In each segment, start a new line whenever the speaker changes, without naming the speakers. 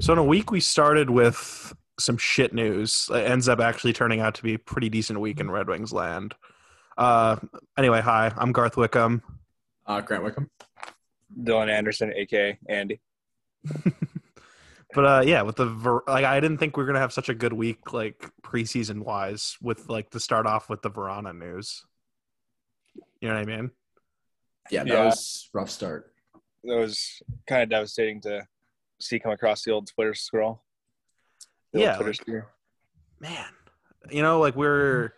So in a week, we started with some shit news. It ends up actually turning out to be a pretty decent week in Red Wings land. Uh, anyway, hi, I'm Garth Wickham.
Uh, Grant Wickham.
Dylan Anderson, aka Andy.
But uh, yeah, with the Ver- like, I didn't think we were gonna have such a good week, like preseason wise, with like to start off with the Verona news. You know what I mean?
Yeah, that
Yeah.
was rough start.
That was kind of devastating to see come across the old Twitter scroll. The old
Yeah,
Twitter
like-
sphere.
man, you know, like we're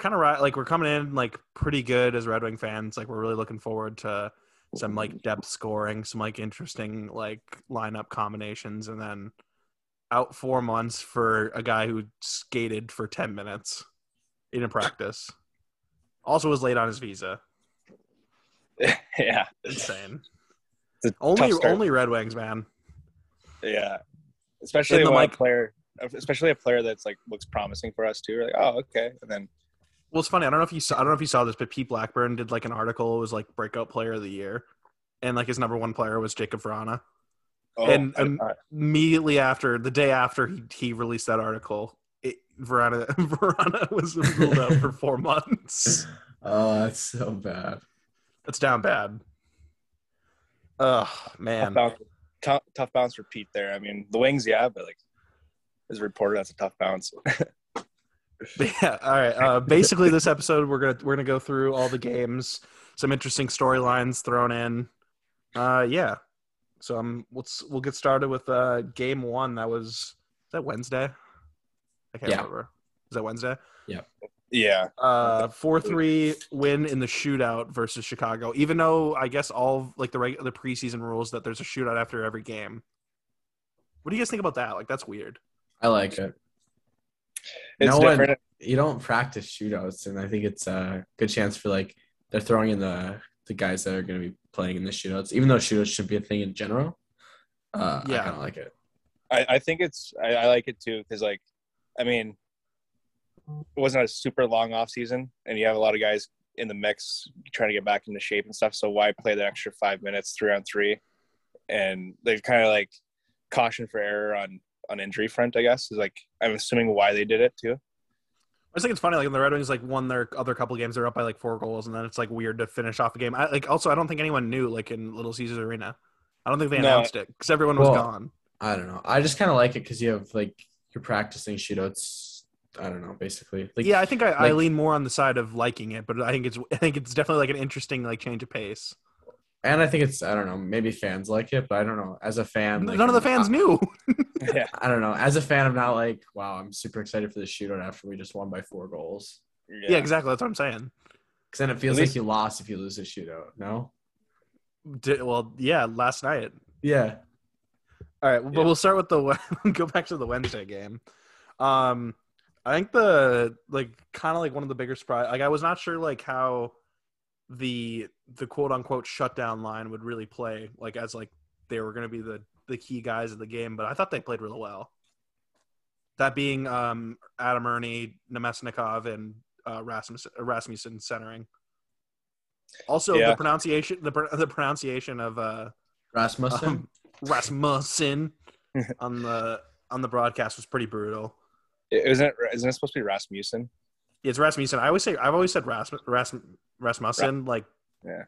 kind of right, like we're coming in like pretty good as Red Wing fans. Like we're really looking forward to some like depth scoring, some like interesting like lineup combinations, and then out four months for a guy who skated for ten minutes in a practice. Also was late on his visa.
yeah.
Insane.
It's a
Only
tough start.
only Red Wings, man.
Yeah. Especially
In the
when
mic-
a player, especially a player that's like looks promising for us too. We're like, oh, okay. And then
Well, it's funny. I don't know if you saw. I don't know if you saw this, but Pete Blackburn did like an article. It was like breakout player of the year, and like his number one player was Jacob Verana.
oh,
And,
I did
um,
not-
immediately after the day after he, he released that article it, verona verona was ruled out for four months
Oh, that's so bad.
that's down bad oh
tough,
man
bounce, tough, tough bounce for Pete there. I mean, the wings, yeah, but like as a reporter, that's a tough bounce.
But yeah all right uh, basically this episode we're gonna we're gonna go through all the games some interesting storylines thrown in uh yeah so um let's we'll get started with uh game one that was is that wednesday i can't
Yeah.
remember is that wednesday
yeah.
uh four three win in the shootout versus Chicago. Even though I guess all of, like the reg- the preseason rules that there's a shootout after every game. What do you guys think about that? Like that's weird.
I like it.
It's
No one-
different.
You don't practice shootouts, and I think it's a good chance for like they're throwing in the the guys that are going to be playing in the shootouts, even though shootouts should be a thing in general. Uh, I
Yeah.
kind of like it.
I, I think it's I, I like it too because like I mean it wasn't a super long off season and you have a lot of guys in the mix trying to get back into shape and stuff. So why play that extra five minutes three on three? And they kind of like caution for error on on injury front. I guess is like I'm assuming why they did it too.
I just think it's funny. Like when the Red Wings like won their other couple games, they're up by like four goals, and then it's like weird to finish off a game. I, like also, I don't think anyone knew like in Little Caesars Arena. I don't think they
No.
announced it because everyone was
Well,
gone.
I don't know. I just kind of like it because you have like you're practicing shootouts. I don't know, basically. Like,
yeah, I think I, I
like-
lean more on the side of liking it, but I think it's I think it's definitely like an interesting like change of pace.
and I think it's I don't know. Maybe fans like it, but I don't know. As a fan, like,
None of the
I'm-
fans
I-
knew.
yeah,
I don't know. As a fan, I'm not like, wow, I'm super excited for the shootout after we just won by four goals.
yeah, exactly. That's what I'm saying.
Because then it feels
At
like
least-
you lost if you lose a shootout. No.
Did, well, yeah, last night.
Yeah.
All right, but
Yeah.
we'll start with the Wed- go back to the Wednesday game. Um, I think the like kind of like one of the bigger surprise. Like I was not sure like how the the quote unquote shutdown line would really play. Like as like they were going to be the the key guys of the game, but I thought they played really well. That being um Adam Ernie, Nemesnikov, and uh, Rasmus Rasmussen centering. Also,
Yeah.
the pronunciation the pr- the pronunciation of uh
Rasmussen.
um, Rasmussen on the on the broadcast was pretty brutal.
It- Isn't it, isn't it supposed to be Rasmussen?
It's Rasmussen. I always say I've always said Rasmus, Rasmus Rasmussen. Like,
Yeah.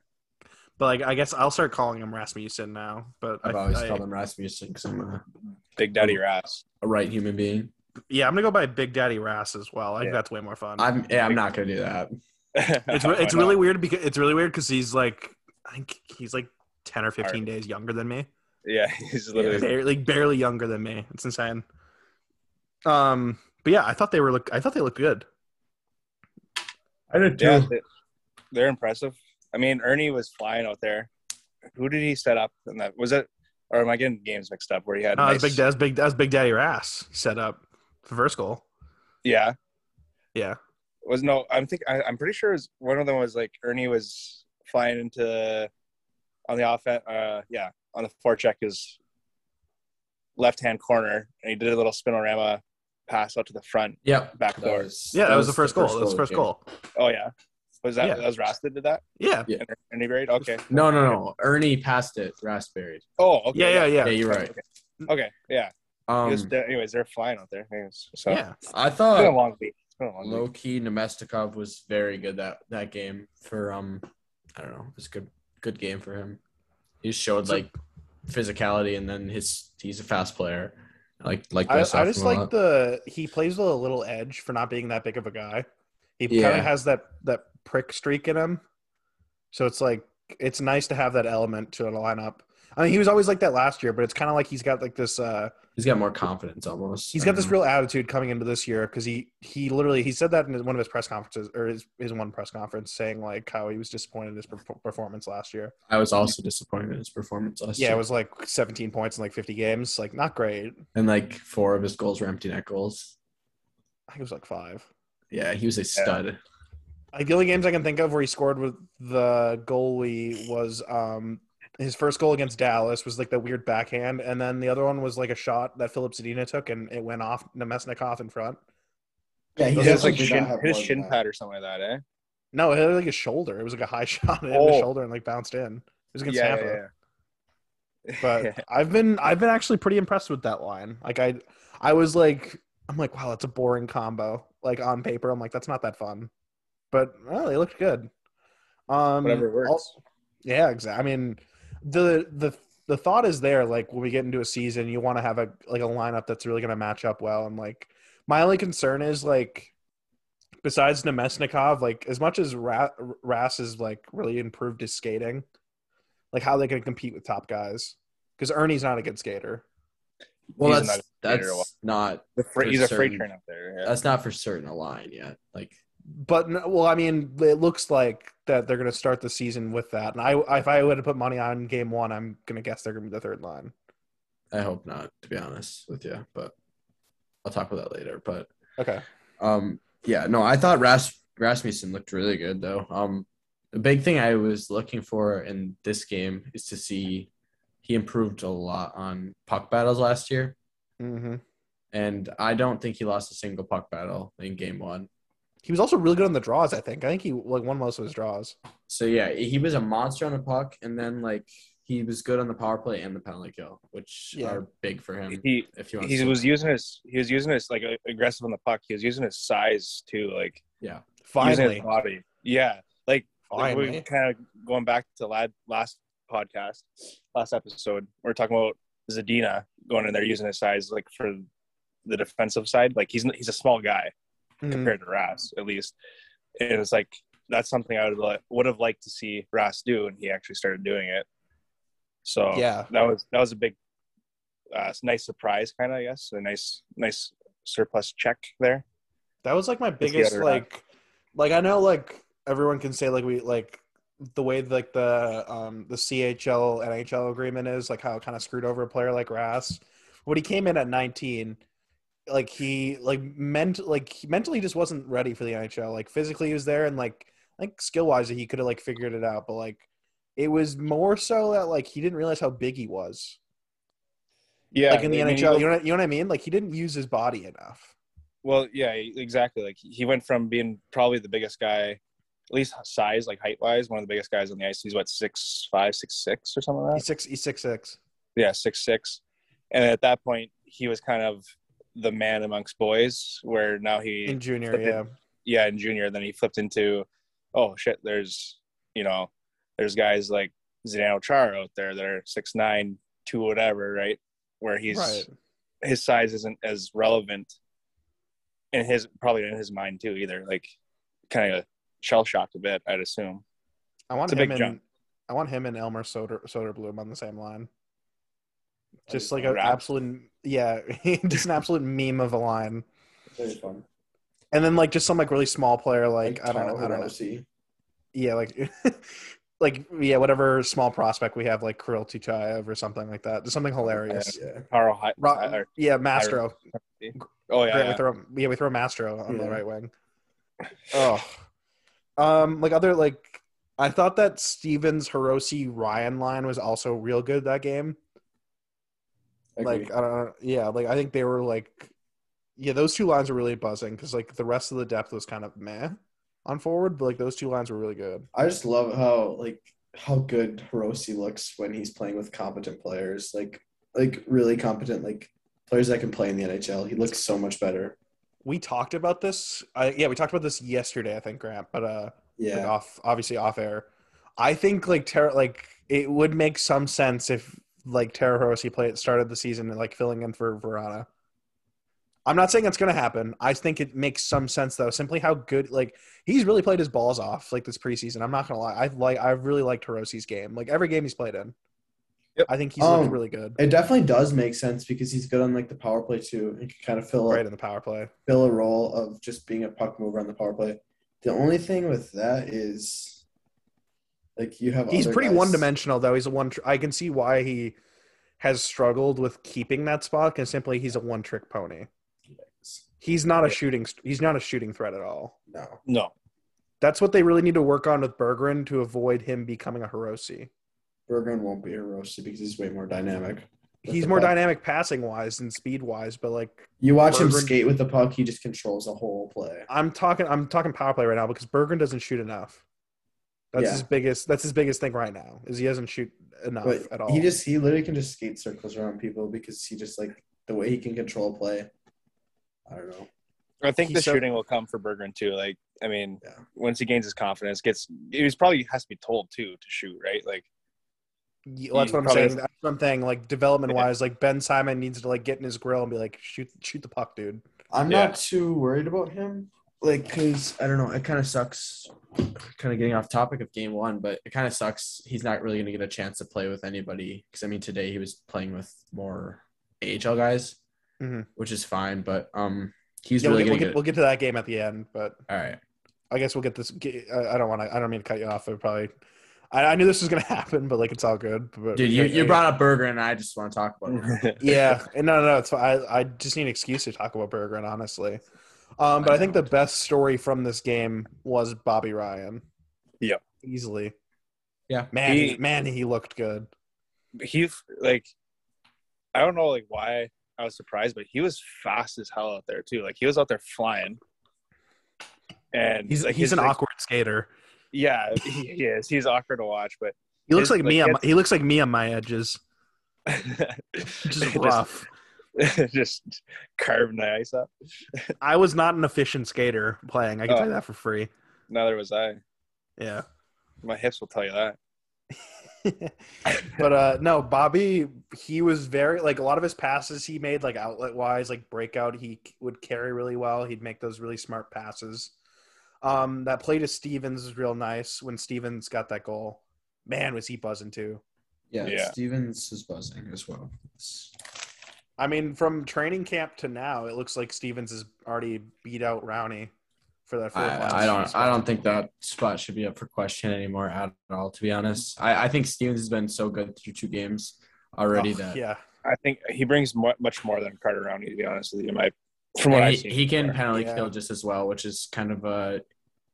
But like, I guess I'll start calling him Rasmussen now. But
I've
I-
always
I-
called him Rasmussen because I'm a,
Big Daddy Ras.
a right human being.
yeah, I'm gonna go by Big Daddy Ras as well. I think
Yeah.
that's way more fun.
I'm yeah, I'm not gonna do that.
it's re- it's really weird because it's really weird because he's like I think he's like ten or fifteen days younger than me.
yeah. He's literally
barely barely younger than me. It's insane. Um, but yeah, I thought they were look. I thought they looked good.
I did
Yeah, they- they're impressive. I mean, Ernie was flying out there. Who did he set up? And that was it, or am I getting games mixed up? Where he had
No,
nice,
that's big. That's big. That's Big Daddy Rass set up for first goal.
yeah,
Yeah,
was no. I'm think I, I'm pretty sure it was, one of them was like Ernie was flying into on the offense. Uh, yeah, on the forecheck his left hand corner, and he did a little spinorama pass out to the front
Yep.
back door.
yeah. That, was, the first goal. That was the first
of
goal.
Oh yeah, Was that
Yeah.
that was Rasta did that?
Yeah.
Ernie Braid? Okay.
No, no, no. Ernie passed it. Raspberry.
Oh, okay.
yeah, yeah, yeah,
Yeah, you're right.
Okay, yeah.
Um,
Just, uh, anyways, they're flying out there. Anyways, so it's
yeah.
I
been a
thought
long week. It's been a long week.
low key Nemestikov was very good that that game for um, I don't know. It was a good good game for him. He just showed
So-
like physicality, and then his he's a fast player. I Like like
I,
myself
I just
a
like
lot.
the he plays with a little edge for not being that big of a guy. He kind
Yeah.
of has that that prick streak in him. So it's like it's nice to have that element to a lineup. I mean, he was always like that last year, but it's kind of like he's got like this uh
he's got more confidence almost. Um,
he's
I
got
don't
this
know.
Um,
real attitude coming into this year because he he literally he said that in his- one of his press conferences or his, his one press conference saying like how he was disappointed in his per- performance last year.
I was also disappointed in his performance last
Yeah,
year.
it was like 17 points in like 50 games, like not great.
and like four of his goals were empty net goals.
I think it was like five.
Yeah, he was a stud.
Like the only games I can think of where he scored with the goalie was um his first goal against Dallas was like the weird backhand, and then the other one was like a shot that Philip Sedina took and it went off Nemesnikov in front.
Yeah,
He
Those
has
are
like
definitely did not
shin,
have
his
more than
shin
that.
pad or something like that, eh?
No, it hit like his shoulder. It was like a high shot and it hit his
Oh.
shoulder and like bounced in. It was against
Yeah,
Tampa.
yeah, yeah.
But
Yeah.
I've been I've been actually pretty impressed with that line. Like I I was like I'm like wow that's a boring combo. Like on paper I'm like that's not that fun, but well, they looked good. Um,
whatever works.
also- yeah, exactly. I mean, the the the thought is there. Like when we get into a season, you want to have a like a lineup that's really going to match up well. And like my only concern is like besides Nemesnikov, like as much as Ra- Ras is like really improved his skating, like how they can compete with top guys because Ernie's not a good skater.
Well,
He's
that's
not a skater at all.
that's not
The freight,
for
he's a freight
certain-
train up there. Yeah.
that's not for certain a line yet. Like
But no, well, I mean, it looks like that they're going to start the season with that. And I, if I were to put money on game one, I'm going to guess they're going to be the third line.
I hope not, to be honest with you. But I'll talk about that later. But
Okay.
um, yeah, no, I thought Ras- Rasmussen looked really good though. Um, the big thing I was looking for in this game is to see he improved a lot on puck battles last year,
hmm
and I don't think he lost a single puck battle in game one.
He was also really good on the draws. I think. I think he like won most of his draws.
So yeah, he was a monster on the puck, and then like he was good on the power play and the penalty kill, which
Yeah.
are big for him.
he
if you want,
he was using his he was using his like aggressive on the puck. He was using his size too, like using
Finally,
his body. Yeah, like we
finally.
kind of going back to lad, last podcast, last episode. We are talking about Zadina going in there using his size, like for the defensive side. Like he's n- he's a small guy
Mhm.
compared to Ras, at least. And it's like that's something I would li- would have liked to see Ras do, and he actually started doing it. So
Yeah.
that was that was a big, uh, nice surprise, kind of. I guess a nice nice surplus check there.
That was like my
the
biggest
other
like like I know like everyone can say like we like the way like the um the CHL NHL agreement is like how it kind of screwed over a player like Rass. When he came in at 19, like he like meant like he mentally just wasn't ready for the NHL. Like physically he was there and like I think skill wise he could have like figured it out, but like it was more so that like he didn't realize how big he was.
Yeah,
like in the
I mean,
NHL, you know, what, you know what I mean? Like he didn't use his body enough.
Well, yeah, exactly. Like he went from being probably the biggest guy, at least size, like height wise, one of the biggest guys on the ice. He's what six five, six six, or something like
He's
that.
six. He's six six.
Yeah, six six. And at that point, he was kind of the man amongst boys. Where now he,
in junior,
flipped it.
yeah.
yeah, in junior, then he flipped into, oh shit, there's you know, there's guys like Zdeno Char out there that are six nine, two whatever, right? Where he's
right.
his size isn't as relevant in his probably in his mind too either. Like kind of shell shocked a bit, I'd assume.
I want
it's a
him
big
and
jump.
I want him and Elmer Soder Soderblom on the same line. Just like
a
an
wrap.
absolute, yeah, just an absolute meme of a line.
Very fun.
And then like just some like really small player, like, I don't know, I don't know. yeah, like like yeah, whatever small prospect we have, like Kirill Tuchayev or something like that, just something hilarious.
Yeah.
Carl Hi-
Ro-
Tyler-
yeah, Mastro.
oh
Yeah,
yeah,
we
yeah.
throw yeah we throw Mastro on the
Yeah.
right wing. Oh, um, like other like I thought that Stevens Hiroshi Ryan line was also real good that game.
Like,
like I don't know, yeah, like I think they were like, yeah, those two lines were really buzzing because like the rest of the depth was kind of meh. on forward, but like those two lines were really good.
I just love how like how good Hiroshi looks when he's playing with competent players, like like really competent, like players that can play in the NHL. He looks so much better.
We talked about this. I, yeah, we talked about this yesterday, I think, Grant. But uh, like,
Yeah,
off obviously off air. I think like Tara, like it would make some sense if like Tara Hirose played started the season and like filling in for Verana. I'm not saying it's gonna happen. I think it makes some sense though. Simply how good like he's really played his balls off like this preseason. I'm not gonna lie. I like I really liked Hiroshi's game. Like every game he's played in.
Yep.
I think he's looked
Um,
really good.
it definitely does make sense because he's good on like the power play too. He can kind of fill
Right
a,
in the power play.
fill a role of just being a puck mover on the power play. The only thing with that is like you have
He's
other
pretty
guys-
one dimensional though. He's a one. Tr- I can see why he has struggled with keeping that spot because simply he's a one trick pony. He's not a
Yeah.
shooting. st- He's not a shooting threat at all.
No,
No,
That's what they really need to work on with Bergeron to avoid him becoming a Hiroshi.
Bergeron won't be Hiroshi because he's way more dynamic. with
He's
the
more
puck.
dynamic passing wise and speed wise, but like
You watch him
Bergeron-
skate with the puck; he just controls the whole play.
I'm talking, I'm talking power play right now because Bergeron doesn't shoot enough. That's
Yeah.
his biggest. That's his biggest thing right now is he doesn't shoot enough
But
at all.
he just he literally can just skate circles around people because he just like the way he can control play. I don't know.
I think
He's
the
so-
shooting will come for Bergeron too. Like, I mean,
Yeah.
once he gains his confidence, gets he's probably has to be told too to shoot, right? Like,
Yeah, well, that's
He
what I'm
probably
saying.
doesn't-
That's what I'm saying. Like development wise, like Ben Simon needs to like get in his grill and be like, shoot, shoot the puck, dude.
I'm
Yeah.
not too worried about him.
like because I don't know, it kind of sucks. Kind of getting off topic of game one, but it kind of sucks. He's not really going to get a chance to play with anybody because I mean today he was playing with more AHL guys,
Mhm.
which is fine. But um, he's
Yeah, we'll,
really
get, we'll,
going to
get,
get.
we'll get to that game at the end, but
all right,
I guess we'll get this. Get, I I don't want to. I don't mean to cut you off. I probably. I, I knew this was gonna happen, but like it's all good. But
dude, you,
I-
you
I-
brought up Berger, and I just want to talk about it.
yeah,
Yeah, and no, no, no. It's fine. I I just need an excuse to talk about Bergeron, honestly. Um, but I,
I
think
know.
the best story from this game was Bobby Ryan.
Yep.
easily.
Yeah.
man,
He-
he, man, he looked good.
he like, I don't know like why I was surprised, but he was fast as hell out there too. Like he was out there flying, and
He's
like,
he's
his,
an
like,
awkward skater.
Yeah, he is. He's awkward to watch, but
He looks
His-
like
like,
me.
he
On my,
has-
he looks like me on my edges. Just
Just-
rough.
just carving the ice up.
I was not an efficient skater playing. I can
Oh.
tell you that for free.
Neither was I.
Yeah.
My hips will tell you that.
but uh no bobby he was very like a lot of his passes he made like outlet wise like breakout he c- would carry really well he'd make those really smart passes um that play to stevens is real nice when stevens got that goal man was he buzzing too
Yeah,
Yeah.
Stevens is buzzing as well.
i mean from training camp to now it looks like stevens has already beat out rowney for that fourth line
I, I don't.
spot.
I don't think that spot should be up for question anymore at all. To be honest, I, I think Stevens has been so good through two games already
Oh,
that
yeah
I think he brings mu much more than Carter Rowney, to be honest with you. My, from
And
what I've
he,
seen,
he can
before.
penalty
Yeah.
kill just as well, which is kind of a,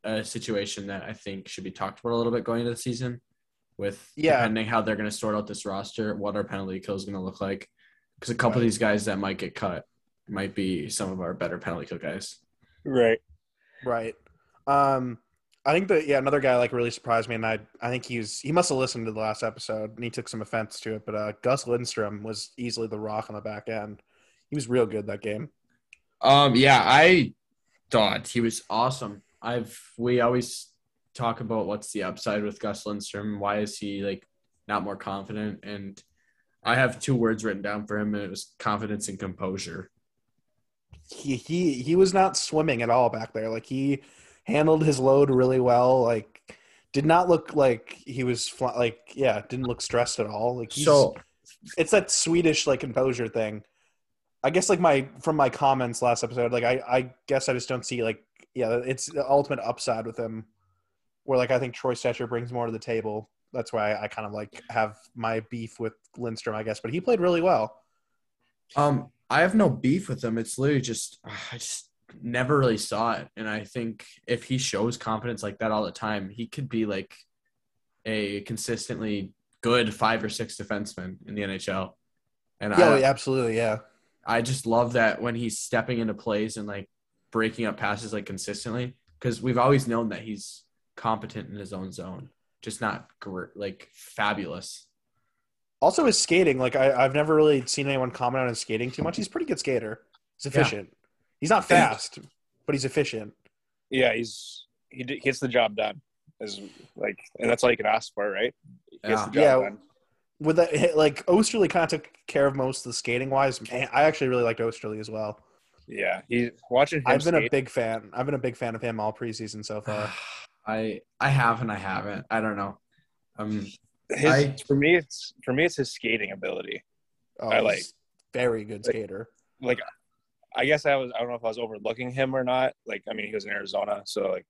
a situation that I think should be talked about a little bit going into the season. With
Yeah.
depending how they're going to sort out this roster, what our penalty kill is going to look like, because a couple
Right.
of these guys that might get cut might be some of our better penalty kill guys.
right.
Right. Um, I think that yeah, another guy like really surprised me, and I I think he's he must have listened to the last episode and he took some offense to it, but uh, Gus Lindstrom was easily the rock on the back end. He was real good that game.
Um, yeah, I thought he was awesome. I've we always talk about what's the upside with Gus Lindstrom. Why is he like not more confident? And I have two words written down for him, and it was confidence and composure.
He he he was not swimming at all back there. Like he handled his load really well. Like did not look like he was fl- like yeah, didn't look stressed at all. Like he's,
So
it's that Swedish like composure thing. I guess like my from my comments last episode, like I I guess I just don't see like yeah, it's the ultimate upside with him. Where like I think Troy Stetcher brings more to the table. That's why I, kind of like have my beef with Lindstrom, I guess. But he played really well.
Um, I have no beef with him. It's literally just ah, I just never really saw it, and I think if he shows confidence like that all the time, he could be like a consistently good five or six defenseman in the NHL. And
yeah,
I,
absolutely, yeah.
I just love that when he's stepping into plays and like breaking up passes like consistently, because we've always known that he's competent in his own zone, just not gr- like fabulous.
Also, his skating, like I, I've never really seen anyone comment on his skating too much. He's a pretty good skater. He's
Yeah.
efficient. He's not fast, but he's efficient.
Yeah, he's he d- gets the job done. Is like, and that's all you can ask for, right? He gets the
Yeah,
job
Yeah.
done.
With that, like Osterley kind of took care of most of the skating wise. Man, I actually really liked Osterley as well.
Yeah, he watching him.
I've been a
skate-
big fan. I've been a big fan of him all preseason so far.
I I have and I haven't. I don't know. Um,
his,
I-
for me, it's for me, it's his skating ability.
Oh,
I like-
he's very good
like-
skater.
I guess I was I don't know if I was overlooking him or not. Like I mean he was in Arizona, so like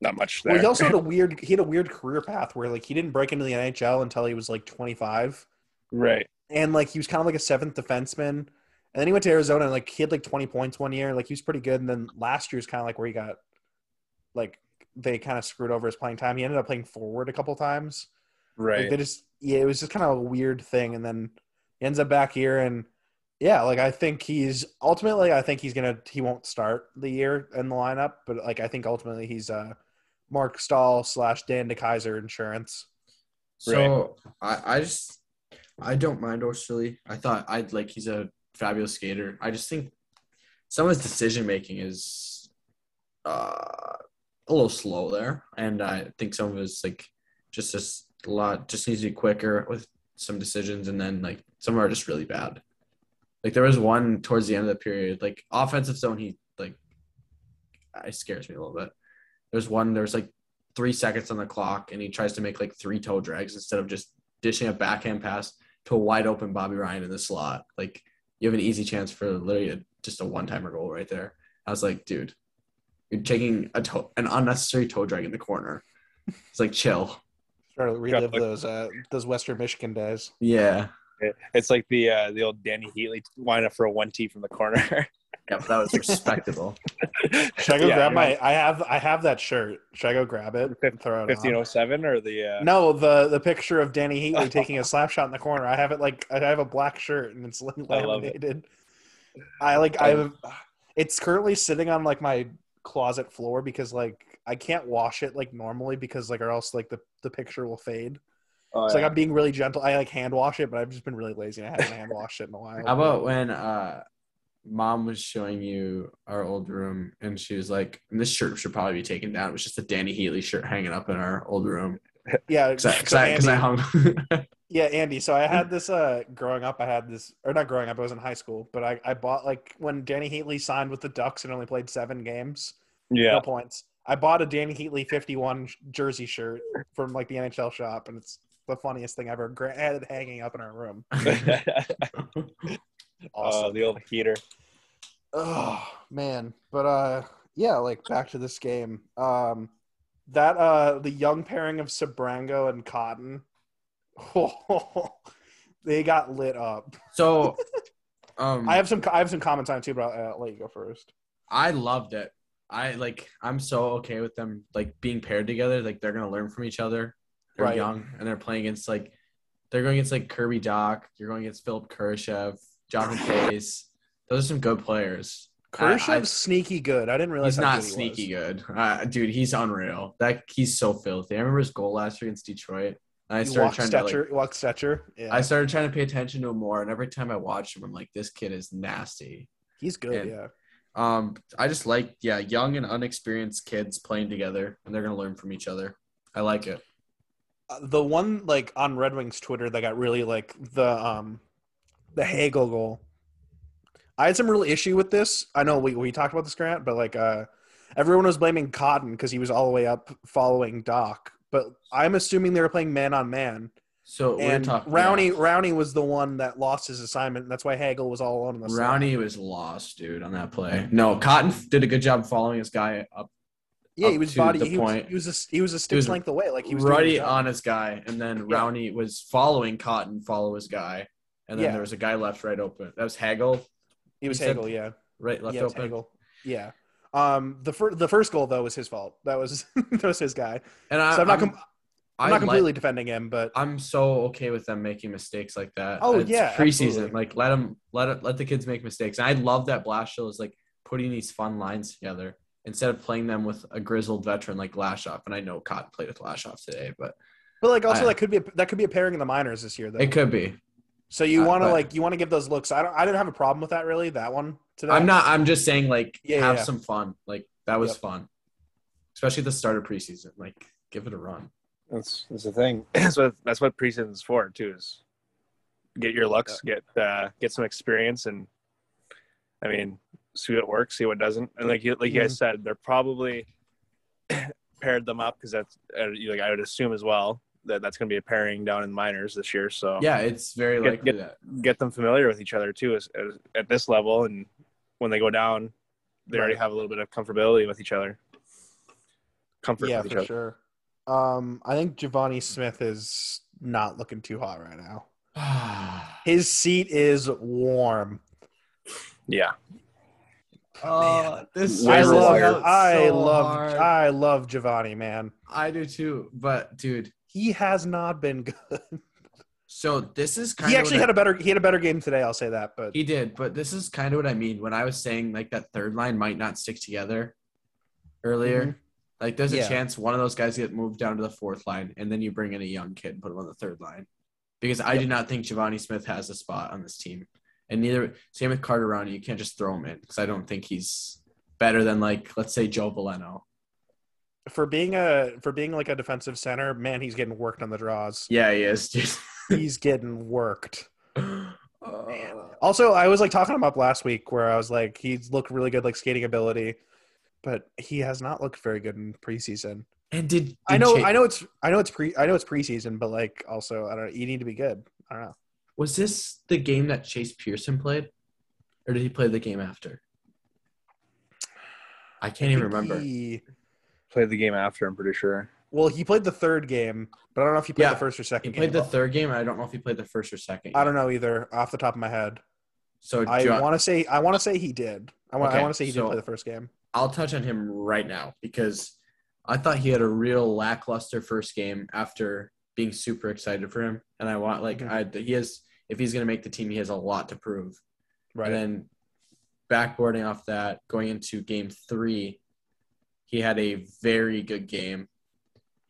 not much there.
Well, he also had a weird he had a weird career path where like he didn't break into the NHL until he was like 25,
right.
and like he was kind of like a seventh defenseman, and then he went to Arizona and like he had like 20 points one year, like he was pretty good, and then last year's kind of like where he got like they kind of screwed over his playing time. He ended up playing forward a couple times. Like,
Right.
they just yeah, it was just kind of a weird thing, and then he ends up back here and. Yeah, like I think he's ultimately I think he's gonna he won't start the year in the lineup, but like I think ultimately he's uh Mark Stahl slash Dan DeKaiser insurance.
So I, I just I don't mind Osterley. I thought I'd like he's a fabulous skater. I just think some of his decision making is uh, a little slow there, and I think some of his like just this a lot just needs to be quicker with some decisions, and then like some are just really bad. Like there was one towards the end of the period, like offensive zone, he like it scares me a little bit. There's one. There's like three seconds on the clock and he tries to make like three toe drags instead of just dishing a backhand pass to a wide open Bobby Ryan in the slot. Like you have an easy chance for literally a, just a one timer goal right there. I was like, dude, you're taking a toe, an unnecessary toe drag in the corner. It's like chill.
Try to relive
like-
those uh those Western Michigan days.
Yeah.
It's like the uh, the old Danny Heatley line up for a one T from the corner.
Yeah, but that was respectable.
Should I go
Yeah,
grab
yeah.
my I have I have that shirt. Should I go grab it and throw it
fifteen
on?
oh seven or the uh,
No, the the picture of Danny Heatley taking a slap shot in the corner. I have it like I have a black shirt and it's like
I love it.
laminated. I like I have it's currently sitting on like my closet floor because like I can't wash it like normally because like or else like the, the picture will fade.
oh,
It's
yeah.
like I'm being really gentle. I like hand wash it, but I've just been really lazy and I haven't hand washed it in a while.
How about when uh mom was showing you our old room and she was like, this shirt should probably be taken down. It was just a Danny Healy shirt hanging up in our old room.
yeah?
Cause I,
so
cause I, cause I
Andy-
hung.
Yeah, Andy. So I had this uh growing up. I had this, or not growing up. I was in high school, but I, I bought like when Danny Heatley signed with the Ducks and only played seven games,
yeah.
no points. I bought a Danny Heatley fifty one jersey shirt from like the NHL shop, and it's the funniest thing ever. Gra- I had it hanging up in our room.
Uh, Oh,
Awesome.
the old heater.
Oh man, but uh, yeah. Like back to this game. Um, that uh, the young pairing of Sabrango and Cotton. they got lit up.
So, um,
I
I
have some. I have some comments on it too, but I'll, uh let you go first.
loved it. I like. I'm so okay with them like being paired together. Like they're gonna learn from each other. They're
Right.
young and they're playing against like they're going against like Kirby Doc. You're going against Philip Kurashev, Jonathan Hayes. Those are some good players. I-
Kershaw's sneaky good. I didn't
I,
realize
he's
how
not
good he was.
sneaky good, uh, dude. He's unreal. That he's so filthy. I remember his goal last year against Detroit. And I
He
started
walked
trying to like,
Stetcher. he walked Stetcher. Yeah,
I started trying to pay attention to him more, and every time I watched him, I'm like, this kid is nasty.
he's good.
and-
yeah,
Um, I just like yeah, young and unexperienced kids playing together, and they're gonna learn from each other. I like it.
Uh, the one like on Red Wings Twitter that got really like the um the Hagel goal. I had some real issue with this. I know we we talked about this Grant, but like uh everyone was blaming Cotton because he was all the way up following Doc. But I'm assuming they were playing man on man.
So we're
and
talking.
Rowney
yeah.
Rowney was the one that lost his assignment. And that's why Hagel was all alone in the slot.
Rowney was lost, dude, on that play. No, Cotton f- did a good job following his guy up,
Yeah,
up
he was
to
body.
the
He was,
point.
he was a he was a stick's
was
length away. Like he was doing his
right
job.
on his guy, and then
Yeah.
Rowney was following Cotton, follow his guy, and then
Yeah.
there was a guy left right open. That was Hagel,
He was
he said-
Hagel. Yeah,
right left
yeah, it was
open.
Hagel. Yeah. Um, the first the first goal though was his fault. That was that was his guy.
And I,
So I'm not
Uh, I'm-
com- I'm
I
not
like-
completely defending him, but
I'm so okay with them making mistakes like that.
Oh,
It's
yeah,
preseason.
absolutely.
Like let them let it, let the kids make mistakes. And I love that Blashill is like putting these fun lines together. instead of playing them with a grizzled veteran like Lashoff. And I know Cotton played with Lashoff today, but
But like also
I-
that could be a, that could be a pairing in the minors this year though.
it could be.
so you
uh,
want to
but-
like you want to give those looks. I don't I didn't have a problem with that really that one today.
I'm not. I'm just saying, like,
Yeah,
have
yeah, yeah.
some fun. Like that was
Yep.
fun, especially the start of preseason. Like, give it a run.
That's that's the thing. that's what that's what preseason's for too. Is get your looks, get uh, get some experience, and I mean, see what works, see what doesn't. And like you, like you guys said, they're probably paired them up because that's uh, you- like I would assume as well that that's going to be a pairing down in minors this year. So
Yeah, it's very
Oh. Get-
likely that.
get them familiar with each other too as, as, at this level, and when they go down, they already
Right.
have a little bit of comfortability with each other. Comfort
yeah,
with each
for
other.
sure. Um, I think Giovanni Smith is not looking too hot right now. His seat is warm.
Yeah,
oh, this
I
I
Where's
season
love,
hurts
I
so
love,
hard.
I love Giovanni, man.
I do too, but dude.
He has not been good.
So this is kind
he
of
actually had a better, he had a better game today. I'll say that, but
He did, but this is kind of what I mean when I was saying like that third line might not stick together earlier. Like there's a
Mm-hmm. Yeah.
chance one of those guys get moved down to the fourth line, and then you bring in a young kid and put him on the third line, because I do not think Giovanni Smith has a spot on this team, and neither same with Carter Rowney. You can't just throw him in because I don't think he's better than like let's say Joe Valeno.
for being a, for being like a defensive center, man, he's getting worked on the draws.
Yeah, he is. Dude.
he's getting worked.
Uh,
Also, I was like talking him up last week where I was like, he's looked really good, like skating ability, but he has not looked very good in preseason.
and did, did
I know,
Cha-
I know it's, I know it's pre, I know it's preseason, but like also, I don't know, you need to be good. I don't know.
Was this the game that Chase Pearson played, or did he play the game after? I can't even
think
remember.
he-
played the game after. I'm pretty sure.
well, he played the third game, but I don't know if he played
Yeah,
the first or
He
second. game.
played the third game. and I don't know if he played the first or second.
I don't know either, off the top of my head.
So
I
John,
want to say, I want to say he did. I want, I
Okay,
want to say he did
so-
play the first game.
I'll touch on him right now because I thought he had a real lackluster first game after being super excited for him, and I want like
Mhm.
I he has if he's gonna make the team, he has a lot to prove.
Right.
And then backboarding off that, going into game three, he had a very good game.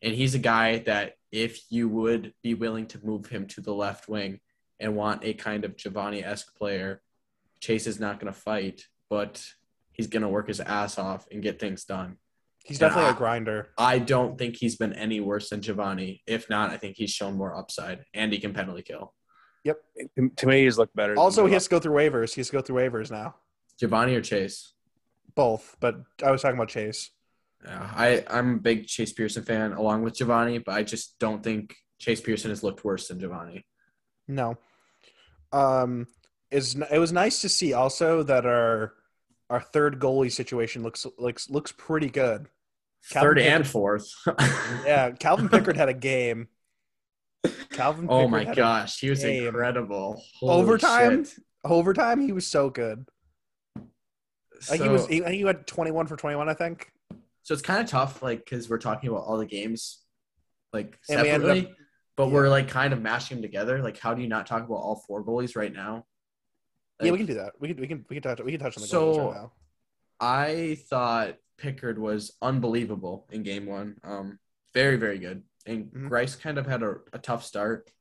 And he's a guy that if you would be willing to move him to the left wing and want a kind of Giovanni esque player, Chase is not going to fight, but he's going to work his ass off and get things done.
He's
and
definitely a
I-
grinder.
I don't think he's been any worse than Giovanni. If not, I think he's shown more upside and he can penalty kill.
To- To me, he's looked better. than
Also,
Milwaukee.
he has to go through waivers. He has to go through waivers now.
Giovanni or Chase?
Both, but I was talking about Chase.
Yeah, I I'm a big Chase Pearson fan along with Giovanni, but I just don't think Chase Pearson has looked worse than Giovanni.
No. Um, is it was nice to see also that our our third goalie situation looks looks looks pretty good. Calvin
Third
Pick-
and fourth.
Yeah, Calvin Pickard had a game. Calvin.
Oh
Pickard
my
had a-
gosh, he was
game.
incredible.
Overtime?
shit.
overtime, he was so good. Like he was.
So-
He, he went twenty-one for twenty-one, I think.
so it's kind of tough, like because we're talking about all the games, like
And uh, we ended up-
separately, but we're like kind of mashing them together. Like, how do you not talk about all four goalies right now?
yeah, we
Like-
can do that. We can. We can. We can touch. We can touch on the
So-
goalies right now.
I thought Pickard was unbelievable in game one. Um, very, very good. And
Mhm.
Grice kind of had a, a tough start.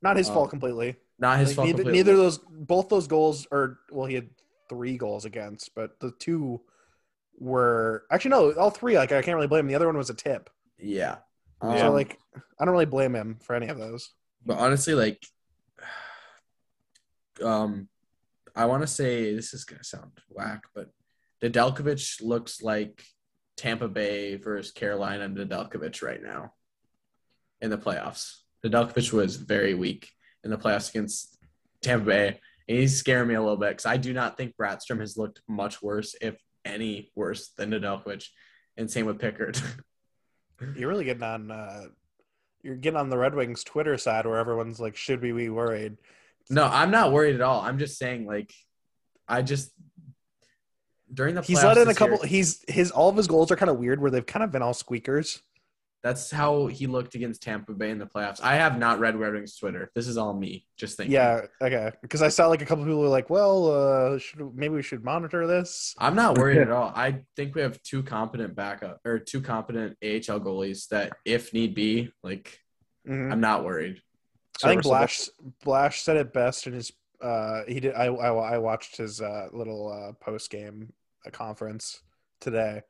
Not his
um,
fault completely.
Not his
Like,
fault.
neither,
completely.
neither of those. Both those goals are. Well, he had three goals against, but the two were actually no. All three. Like I can't really blame him. The other one was a tip.
Yeah.
So
Um,
like, I don't really blame him for any of those.
but honestly, like, um, I want to say this is gonna sound whack, but Nedeljkovic looks like Tampa Bay versus Carolina Nedeljkovic right now in the playoffs. Nedeljkovic was very weak in the playoffs against Tampa Bay, and he's scaring me a little bit because I do not think Bratstrom has looked much worse, if any worse, than Nedeljkovic. And same with Pickard.
You're really getting on. Uh, you're getting on the Red Wings Twitter side where everyone's like, "Should we be worried?"
No, I'm not worried at all. I'm just saying, like, I just during the
He's
playoffs
let in a
this
couple.
year-
He's his all of his goals are kind of weird where they've kind of been all squeakers.
That's how he looked against Tampa Bay in the playoffs. I have not read Red Wings Twitter. This is all me. Just thinking.
Yeah, okay. Because I saw like a couple people were like, "Well, uh, should, maybe we should monitor this."
I'm not worried at all. I think we have two competent backup or two competent AHL goalies that, if need be, like
Mhm.
I'm not worried.
I think
Serviceable.
Blash Blash said it best in his. Uh, he did. I I, I watched his uh, little uh, post game conference today,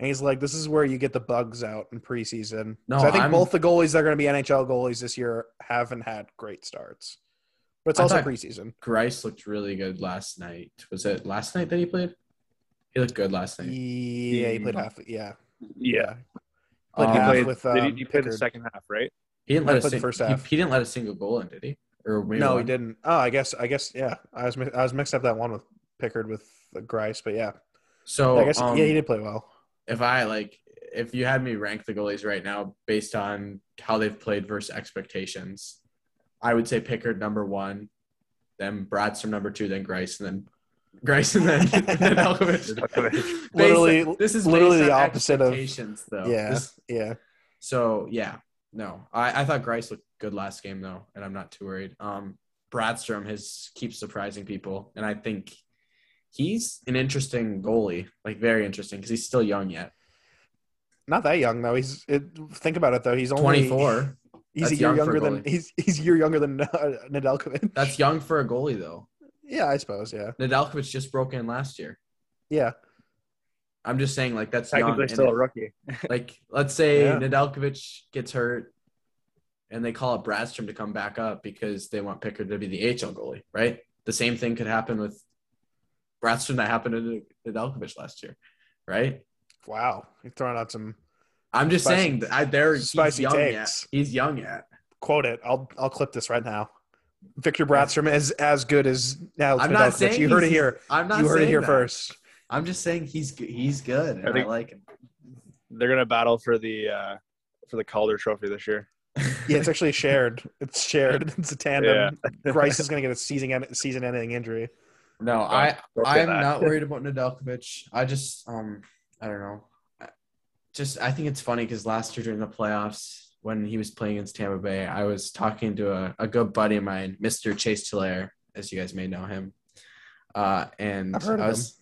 and he's like, "This is where you get the bugs out in preseason."
No,
'Cause I think
I'm-
both the goalies that are going to be NHL goalies this year haven't had great starts, but it's
I
also
thought-
preseason.
Grice looked really good last night. Was it last night that he played? He looked good last night.
Yeah, he played half. Yeah,
Yeah,
played
Um,
half
he played.
with.
did
Um,
he, he played the
Pickard.
second half, right?
He didn't
I
let a
played the
sing-
first
he-
half.
He, didn't let a single goal in, did he? Or maybe
No, he
one?
didn't. Oh, I guess. I guess. Yeah, I was. mi- I was mixed up that one with Pickard with Grice, but yeah,
So
I guess.
um,
yeah, he did play well.
if I like if you had me rank the goalies right now based on how they've played versus expectations, I would say Pickard number one, then Bradstrom number two, then Grice, and then Grice, and then, then Elkovich.
Elkovich.
Based-
Literally-
this is
literally
based
the
on
opposite of-
expectations, though.
yeah,
This-
yeah.
so yeah, no, I, I thought Grice looked good last game though, and I'm not too worried. Um, Bradstrom has keeps surprising people, and I think he's an interesting goalie, like very interesting because he's still young yet,
Not that young though. He's it, think about it though. He's only
24.
He's a
That's
year
young for a
younger than
goalie.
he's he's a year younger than uh, Nedeljkovic.
That's young for a goalie though.
yeah, I suppose. Yeah,
Nedeljkovic just broke in last year.
yeah.
I'm just saying, like that's young.
Technically,
and
still a
if-
rookie.
like let's say
Yeah.
Nedeljkovic gets hurt, and they call up Bradstrom to come back up because they want Pickard to be the AHL goalie, right? The same thing could happen with Bradstrom that happened to Nedeljkovic last year, right?
Wow, you're throwing out some
I'm just
Spicy-
saying that I, they're he's
spicy
young
takes.
yet. He's young yet.
quote it. I'll I'll clip this right now. Victor Bratstrom is as good as now.
I'm not saying
you heard it
he's-
here.
I'm not.
You heard it
saying
here
that.
first.
I'm just saying he's g- he's good. And
I
I,
think-
like him.
They're gonna battle for the uh, for the Calder Trophy this year.
Yeah, it's actually shared. It's shared. It's a tandem. Grice is going to get a season en- season ending injury.
No, I
Don't say
I'm
that.
not worried about Nedeljkovic. I just um I don't know. I- Just I think it's funny because last year during the playoffs when he was playing against Tampa Bay, I was talking to a, a good buddy of mine, Mr. Chase Tillaire, as you guys may know him. Uh and
I've heard of
I was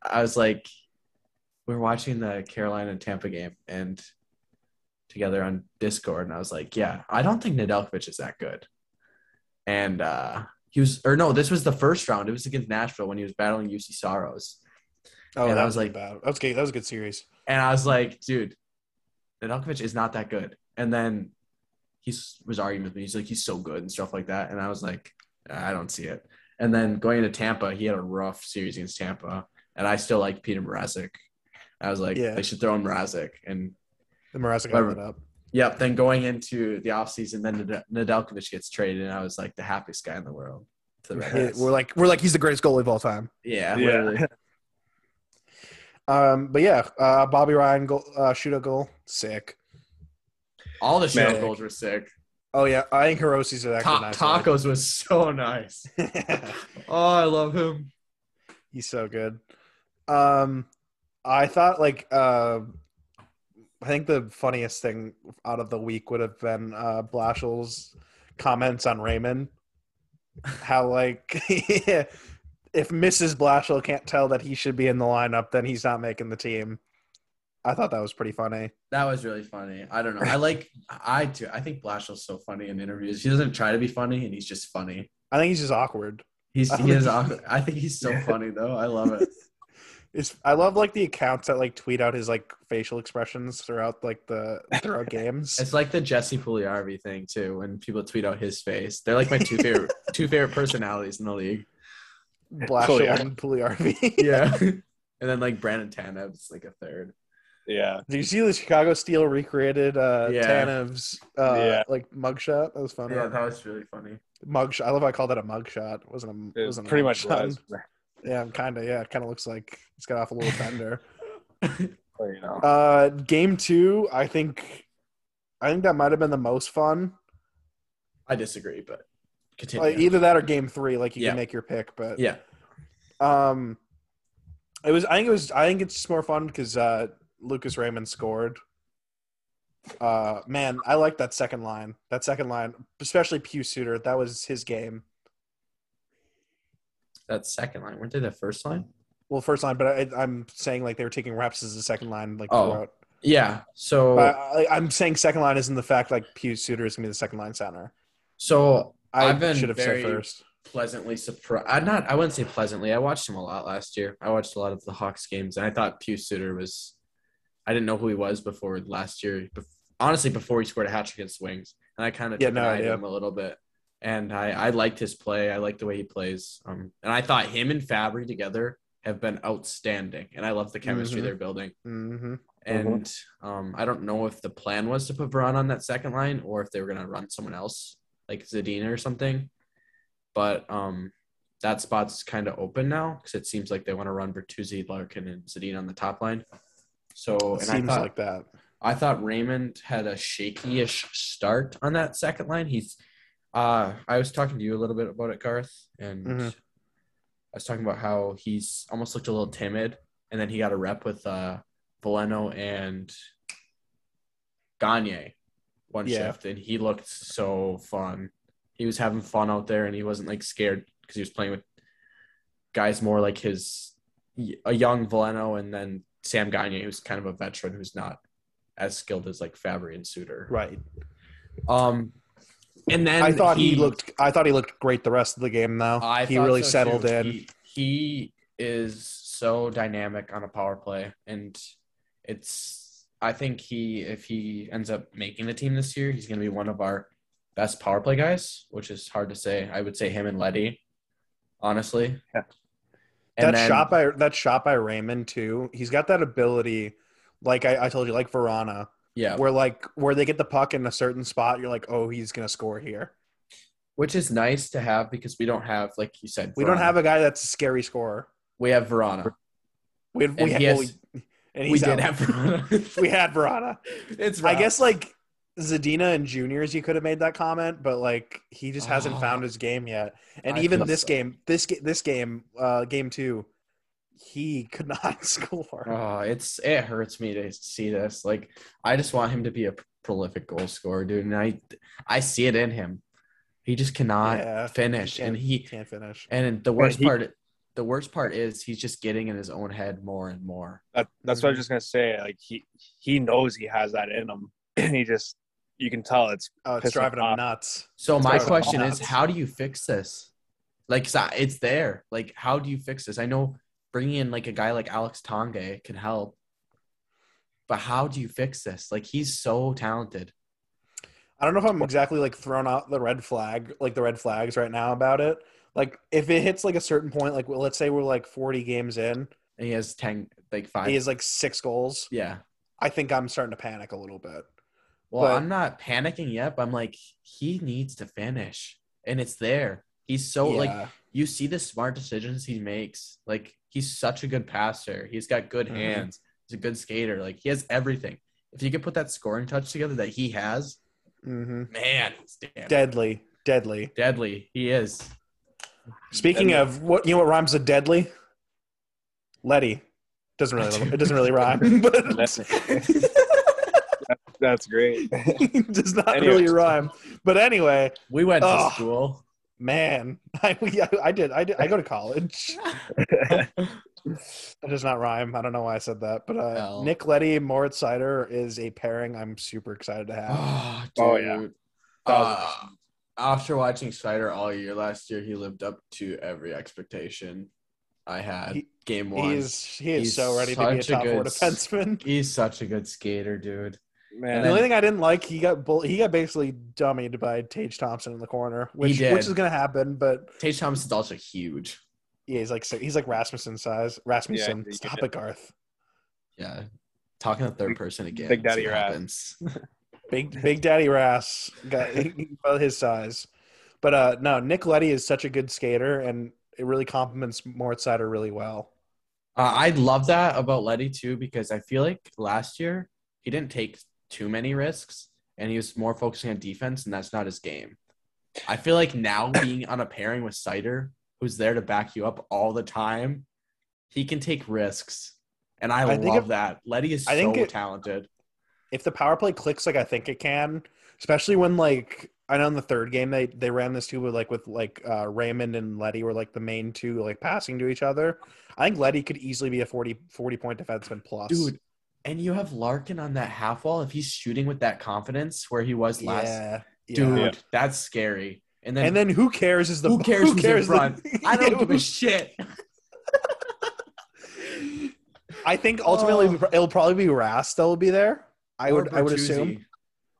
I was like we were watching the Carolina and Tampa game and together on Discord and I was like, Yeah, I don't think Nedeljkovic is that good. And uh he was or no, this was the first round. It was against Nashville when he was battling UC Soros.
Oh,
Yeah,
that
I
was
was
like bad.
like-
That was good. That was a good series.
And I was like, dude, Nedeljkovic is not that good. And then he s- was arguing with me. He's like, he's so good and stuff like that. And I was like, I don't see it. And then going into Tampa, he had a rough series against Tampa. And I still like Peter Mrazek. I was like,
Yeah.
they should throw in Mrazek. And
The Mrazek got
Whatever.
it up.
yep, then going into the offseason, then Ned- Nedeljkovic gets traded. And I was like the happiest guy in the world. To the Red
Yeah,
Wings.
we're like we're like he's the greatest goalie of all time.
yeah,
Yeah.
literally.
Um, but yeah, uh, Bobby Ryan goal, uh, shoot a goal, sick.
All the
Man.
shootout goals were sick.
Oh yeah, I think Hirosi's an actually
Ta-
nice. guy.
tacos was so nice. Oh, I love him.
He's so good. Um, I thought like uh, I think the funniest thing out of the week would have been uh, Blashill's comments on Raymond. How like if Mrs. Blashill can't tell that he should be in the lineup, then he's not making the team. I thought that was pretty funny.
That was really funny. I don't know. I like. I do. I think Blashill's so funny in interviews. He doesn't try to be funny, and he's just funny.
I think he's just awkward.
He's
I
he is.
like-
awkward. I think he's so funny though. I love it.
It's I love like the accounts that like tweet out his like facial expressions throughout like the throughout games.
It's like the Jesse Pugliarvi thing too. When people tweet out his face, they're like my two favorite two favorite personalities in the league.
Oh,
Blashill and Pugliarvi.
Yeah. and then like Brandon Tanev's like a third.
Yeah,
Did you see the Chicago Steel recreated uh
Yeah.
Tanev's uh
Yeah.
like mugshot? That was funny.
was really funny.
mugshot. I love how I called that a mugshot. It wasn't a
it
wasn't a
pretty much
mugshot.
was.
Yeah, kinda, yeah. It kinda looks like it's got off a little fender.
Or, you know.
uh game two, I think I think that might have been the most fun.
I disagree, but continue.
Like, either that or game three, like you
Yeah.
can make your pick, but
yeah.
um it was I think it was I think it's just more fun because uh Lucas Raymond scored. Uh, man, I like that second line. That second line, especially Pew Suter. That was his game.
That second line, weren't they the first line?
Well, first line, but I, I'm saying like they were taking reps as the second line, like
Oh.
throughout.
Yeah. So
But I, I'm saying second line isn't the fact like Pew Suter is gonna be the second line center.
so
I
I've been
should have
very-
said first.
pleasantly surprised. I not I wouldn't say pleasantly. I watched him a lot last year. I watched a lot of the Hawks games, and I thought Pew Suter was. I didn't know who he was before last year. Bef- Honestly, before he scored a hat trick against the Wings, and I kind of
Yeah,
took
no
an eye to
idea.
him a little bit. And I, I liked his play. I liked the way he plays. Um, and I thought him and Fabry together have been outstanding. And I love the chemistry
Mhm.
they're building.
hmm
And um, I don't know if the plan was to put Braun on that second line or if they were going to run someone else, like Zadina or something. But um, that spot's kind of open now because it seems like they want to run Bertuzzi, Larkin, and Zadina on the top line. So and I
Seems
thought
like that.
I thought Raymond had a shaky-ish start on that second line. He's uh, I was talking to you a little bit about it, Garth, and
Mhm.
I was talking about how he's almost looked a little timid, and then he got a rep with uh, Valeno and Gagne one
Yeah.
shift, and he looked so fun. He was having fun out there, and he wasn't like scared because he was playing with guys more like his a young Valeno, and then Sam Gagne, who's kind of a veteran who's not as skilled as like Fabry and Suter.
Right.
Um, and then
I thought he, looked. I thought he looked great the rest of the game, though.
I
he
thought
really
so,
settled
too.
in.
He, he is so dynamic on a power play, and it's. I think he, if he ends up making the team this year, he's going to be one of our best power play guys, which is hard to say. I would say him and Letty, honestly.
Yeah.
And
that
then-
shot by that shot by Raymond too. He's got that ability, like I, I told you, like Verana,
yeah,
where like where they get the puck in a certain spot, you're like, oh, he's gonna score here.
which is nice to have because we don't have, like you said,
We don't
Verona.
have a guy that's a scary scorer.
we have Verona.
We had,
And
we, had,
yes,
well, we- and
We
he's
did
out.
have Verona.
we had Verana.
it's
I
rough.
guess like Zadina and juniors, you could have made that comment, but like he just hasn't
Oh.
found his game yet. And
I
even
feel
this
so.
game, this ga- this game, uh, game two, he could not score.
Oh, it's it hurts me to see this. Like, I just want him to be a prolific goal scorer, dude. And I, I see it in him. He just cannot
Yeah, he
finish,
can't-
and he
can't finish.
and the worst
he-
part, the worst part is he's just getting in his own head more and more.
That, that's what I was just gonna say. Like he he knows he has that in him, and he just you can tell it's
Oh, it's
Pissing
driving him
off.
nuts.
So my
That's what I'm
question is,
saying.
how do you fix this? Like, 'cause I- it's there. Like, how do you fix this? I know bringing in like a guy like Alex Tonge can help, but how do you fix this? Like, he's so talented.
I don't know if I'm exactly like thrown out the red flag, like the red flags right now about it. Like if it hits like a certain point, like well, let's say we're like 40 games in,
And he has ten, like five.
he has like six goals.
yeah.
I think I'm starting to panic a little bit.
Well,
But-
I'm not panicking yet, but I'm like, he needs to finish. And it's there. He's so like
Yeah.
you see the smart decisions he makes. Like he's such a good passer. He's got good
Mhm.
hands. He's a good skater. Like he has everything. If you could put that scoring touch together that he has,
Mhm.
man, he's damn
deadly, deadly.
deadly. He is.
Speaking
Deadly.
of what you know, what rhymes with deadly? Letty doesn't really. It doesn't really rhyme, but
that's great.
it does not
Anyway.
really rhyme. But anyway,
We went to
Ugh.
school.
man, I, I did. I did. I go to college. That does not rhyme. I don't know why I said that, but uh,
Oh.
Nick Letty, Moritz Sider is a pairing I'm super excited to have.
Oh,
Oh, yeah.
dude.
That
Uh, after watching Snyder all year last year, he lived up to every expectation I had.
He-
Game one.
He's he is
He's
so ready to be a
such a
top four
good s-
defenseman.
He's such a good skater, dude.
Man,
the only thing I didn't like, he got bull- he got basically dummied by Tage Thompson in the corner, which
did.
which is gonna happen. But
Tage Thompson's also huge.
yeah, he's like si- he's like Rasmussen size. Rasmussen,
he
stop
did.
it, Garth.
Yeah. Talking to third person again.
Big Daddy
see what
Rat.
happens. Uh,
Big Big Daddy Rass got about his size. But uh, no, Nick Letty is such a good skater, and it really complements Moritz Sider really well.
Uh, I love that about Letty too because I feel like last year he didn't take too many risks and he was more focusing on defense and that's not his game. I feel like now being on a pairing with Cider, who's there to back you up all the time, he can take risks, and I,
I think
love
if-
that. Letty is
I think
so
if-
talented.
if the power play clicks like I think it can, especially when like I know in the third game they they ran this too with like with like uh, Raymond and Letty were like the main two like passing to each other. I think Letty could easily be a 40, 40 point defenseman plus.
dude. And you have Larkin on that half wall. If he's shooting with that confidence where he was last,
yeah, yeah.
dude,
Yeah.
that's scary. And then,
And then who cares is the
who cares who's in
the-
front? I don't
Yeah,
give a
who-
shit.
I think ultimately
Oh.
it'll probably be Rask that will be there. I would
Or
I would
Bertuzzi.
assume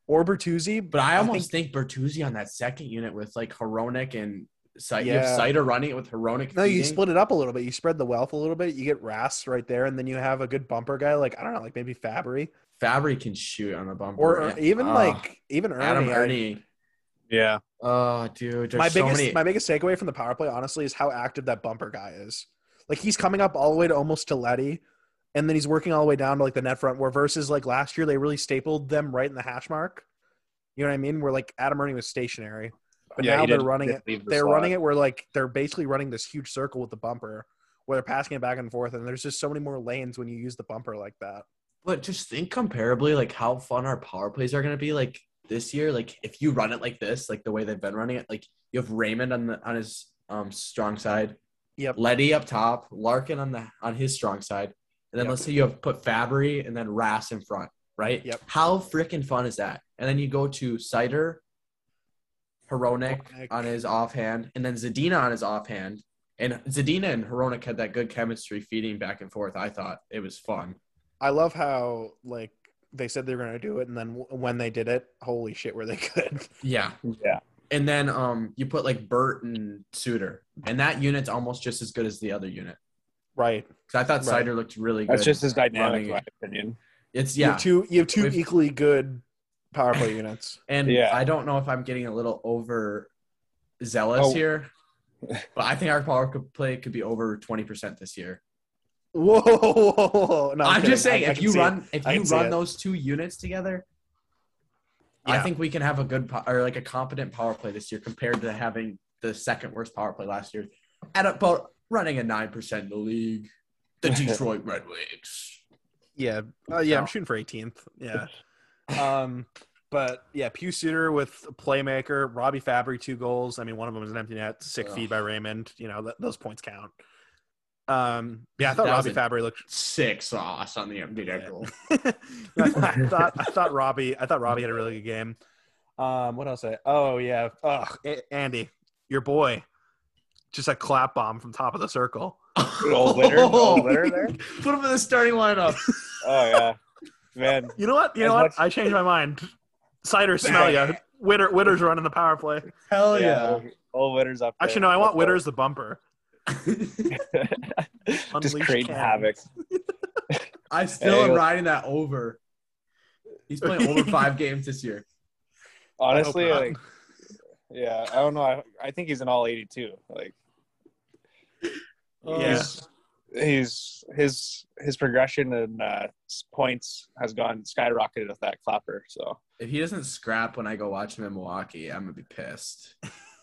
or Bertuzzi,
But I almost
think-
think, Bertuzzi on that second unit with like Horonic and Sider. You
Yeah.
have Sider running it with Horonic.
No, you
feeding.
split it up a little bit. You spread the wealth a little bit. You get Rask right there, and then you have a good bumper guy like I don't know, like maybe Fabry
Fabry can shoot on the bumper.
or
man.
even
Ah,
like even Ernie.
Adam
I-
Ernie.
Yeah.
Oh, dude, there's
my
so
biggest
many.
my biggest takeaway from the power play honestly is how active that bumper guy is. Like he's coming up all the way to almost to Letty, and then he's working all the way down to like the net front. Where versus like last year they really stapled them right in the hash mark. You know what I mean? Where like Adam Ernie was stationary, but
yeah,
now
he
they're
did-
running
did
it.
leave the
They're
slot.
running it where like they're basically running this huge circle with the bumper, where they're passing it back and forth, and there's just so many more lanes when you use the bumper like that.
but just think comparably, like how fun our power plays are gonna be. Like this year, like if you run it like this, like the way they've been running it, like you have Raymond on the on his um strong side,
Yep.
Letty up top, Larkin on the on his strong side, and then
Yep.
let's say you have put Fabry and then Rass in front, right?
Yep.
How freaking fun is that? And then you go to Cider, Heronic
Hironic.
on his offhand, and then Zadina on his offhand. And Zadina and Heronic had that good chemistry feeding back and forth. I thought it was fun.
I love how like they said they were gonna do it, and then w- when they did it, holy shit, were they good?
Yeah.
Yeah.
And then um you put like Burt and Suter. And that unit's almost just as good as the other unit.
right.
'Cause I thought
Right.
Cider looked really good.
That's just as dynamic, in
Running
my
it.
opinion.
it's
You
yeah.
have two you have 2
We've-
equally good power play units.
And
Yeah.
I don't know if I'm getting a little over zealous
Oh.
here, but I think our power could play could be over 20% this year.
Whoa, whoa, whoa, whoa. No,
I'm,
kidding.
just saying,
I- I
if
can
you
see
run if
I
you
can see
run
it.
those two units together, I
Yeah.
think we can have a good po- or like a competent power play this year compared to having the second worst power play last year at about running a 9% in the league. The Detroit Red Wings.
it. yeah, Uh, yeah, I'm
No.
shooting for 18th. Yeah, um, but yeah, Pew Suter with a playmaker, Robbie Fabry two goals. I mean, one of them was an empty net, sick
Ugh.
feed by Raymond. You know, th- those points count. Um, yeah, I thought
That was
Robbie
a-
Fabry looked
Sick sauce on the empty net
Yeah.
goal.
I thought I thought- I thought Robbie I thought Robbie had a really good game. Um, what else? I, oh yeah, Ugh, A- Andy, your boy, just a clap bomb from top of the circle.
Good old winner, good old winner there.
Put him in the starting lineup.
Oh yeah, man.
You know what? You
As
know what?
much-
I changed my mind. Cider smell ya. Witter Witter's running the power play.
Hell
yeah, old winners up.
Oh, Actually,
there.
no, I want
Let's go.
Witter's the bumper.
Just
Unleash
creating
Ken.
havoc.
I still am
Hey.
riding that over. He's playing over five games this year.
Honestly,
I hope
like,
not.
yeah, I don't know. I, I think he's an all eighty-two. Like,
Yeah.
he's, he's his his progression and uh, s- points has gone skyrocketed with that clapper. So
If he doesn't scrap when I go watch him in Milwaukee, I'm gonna be pissed.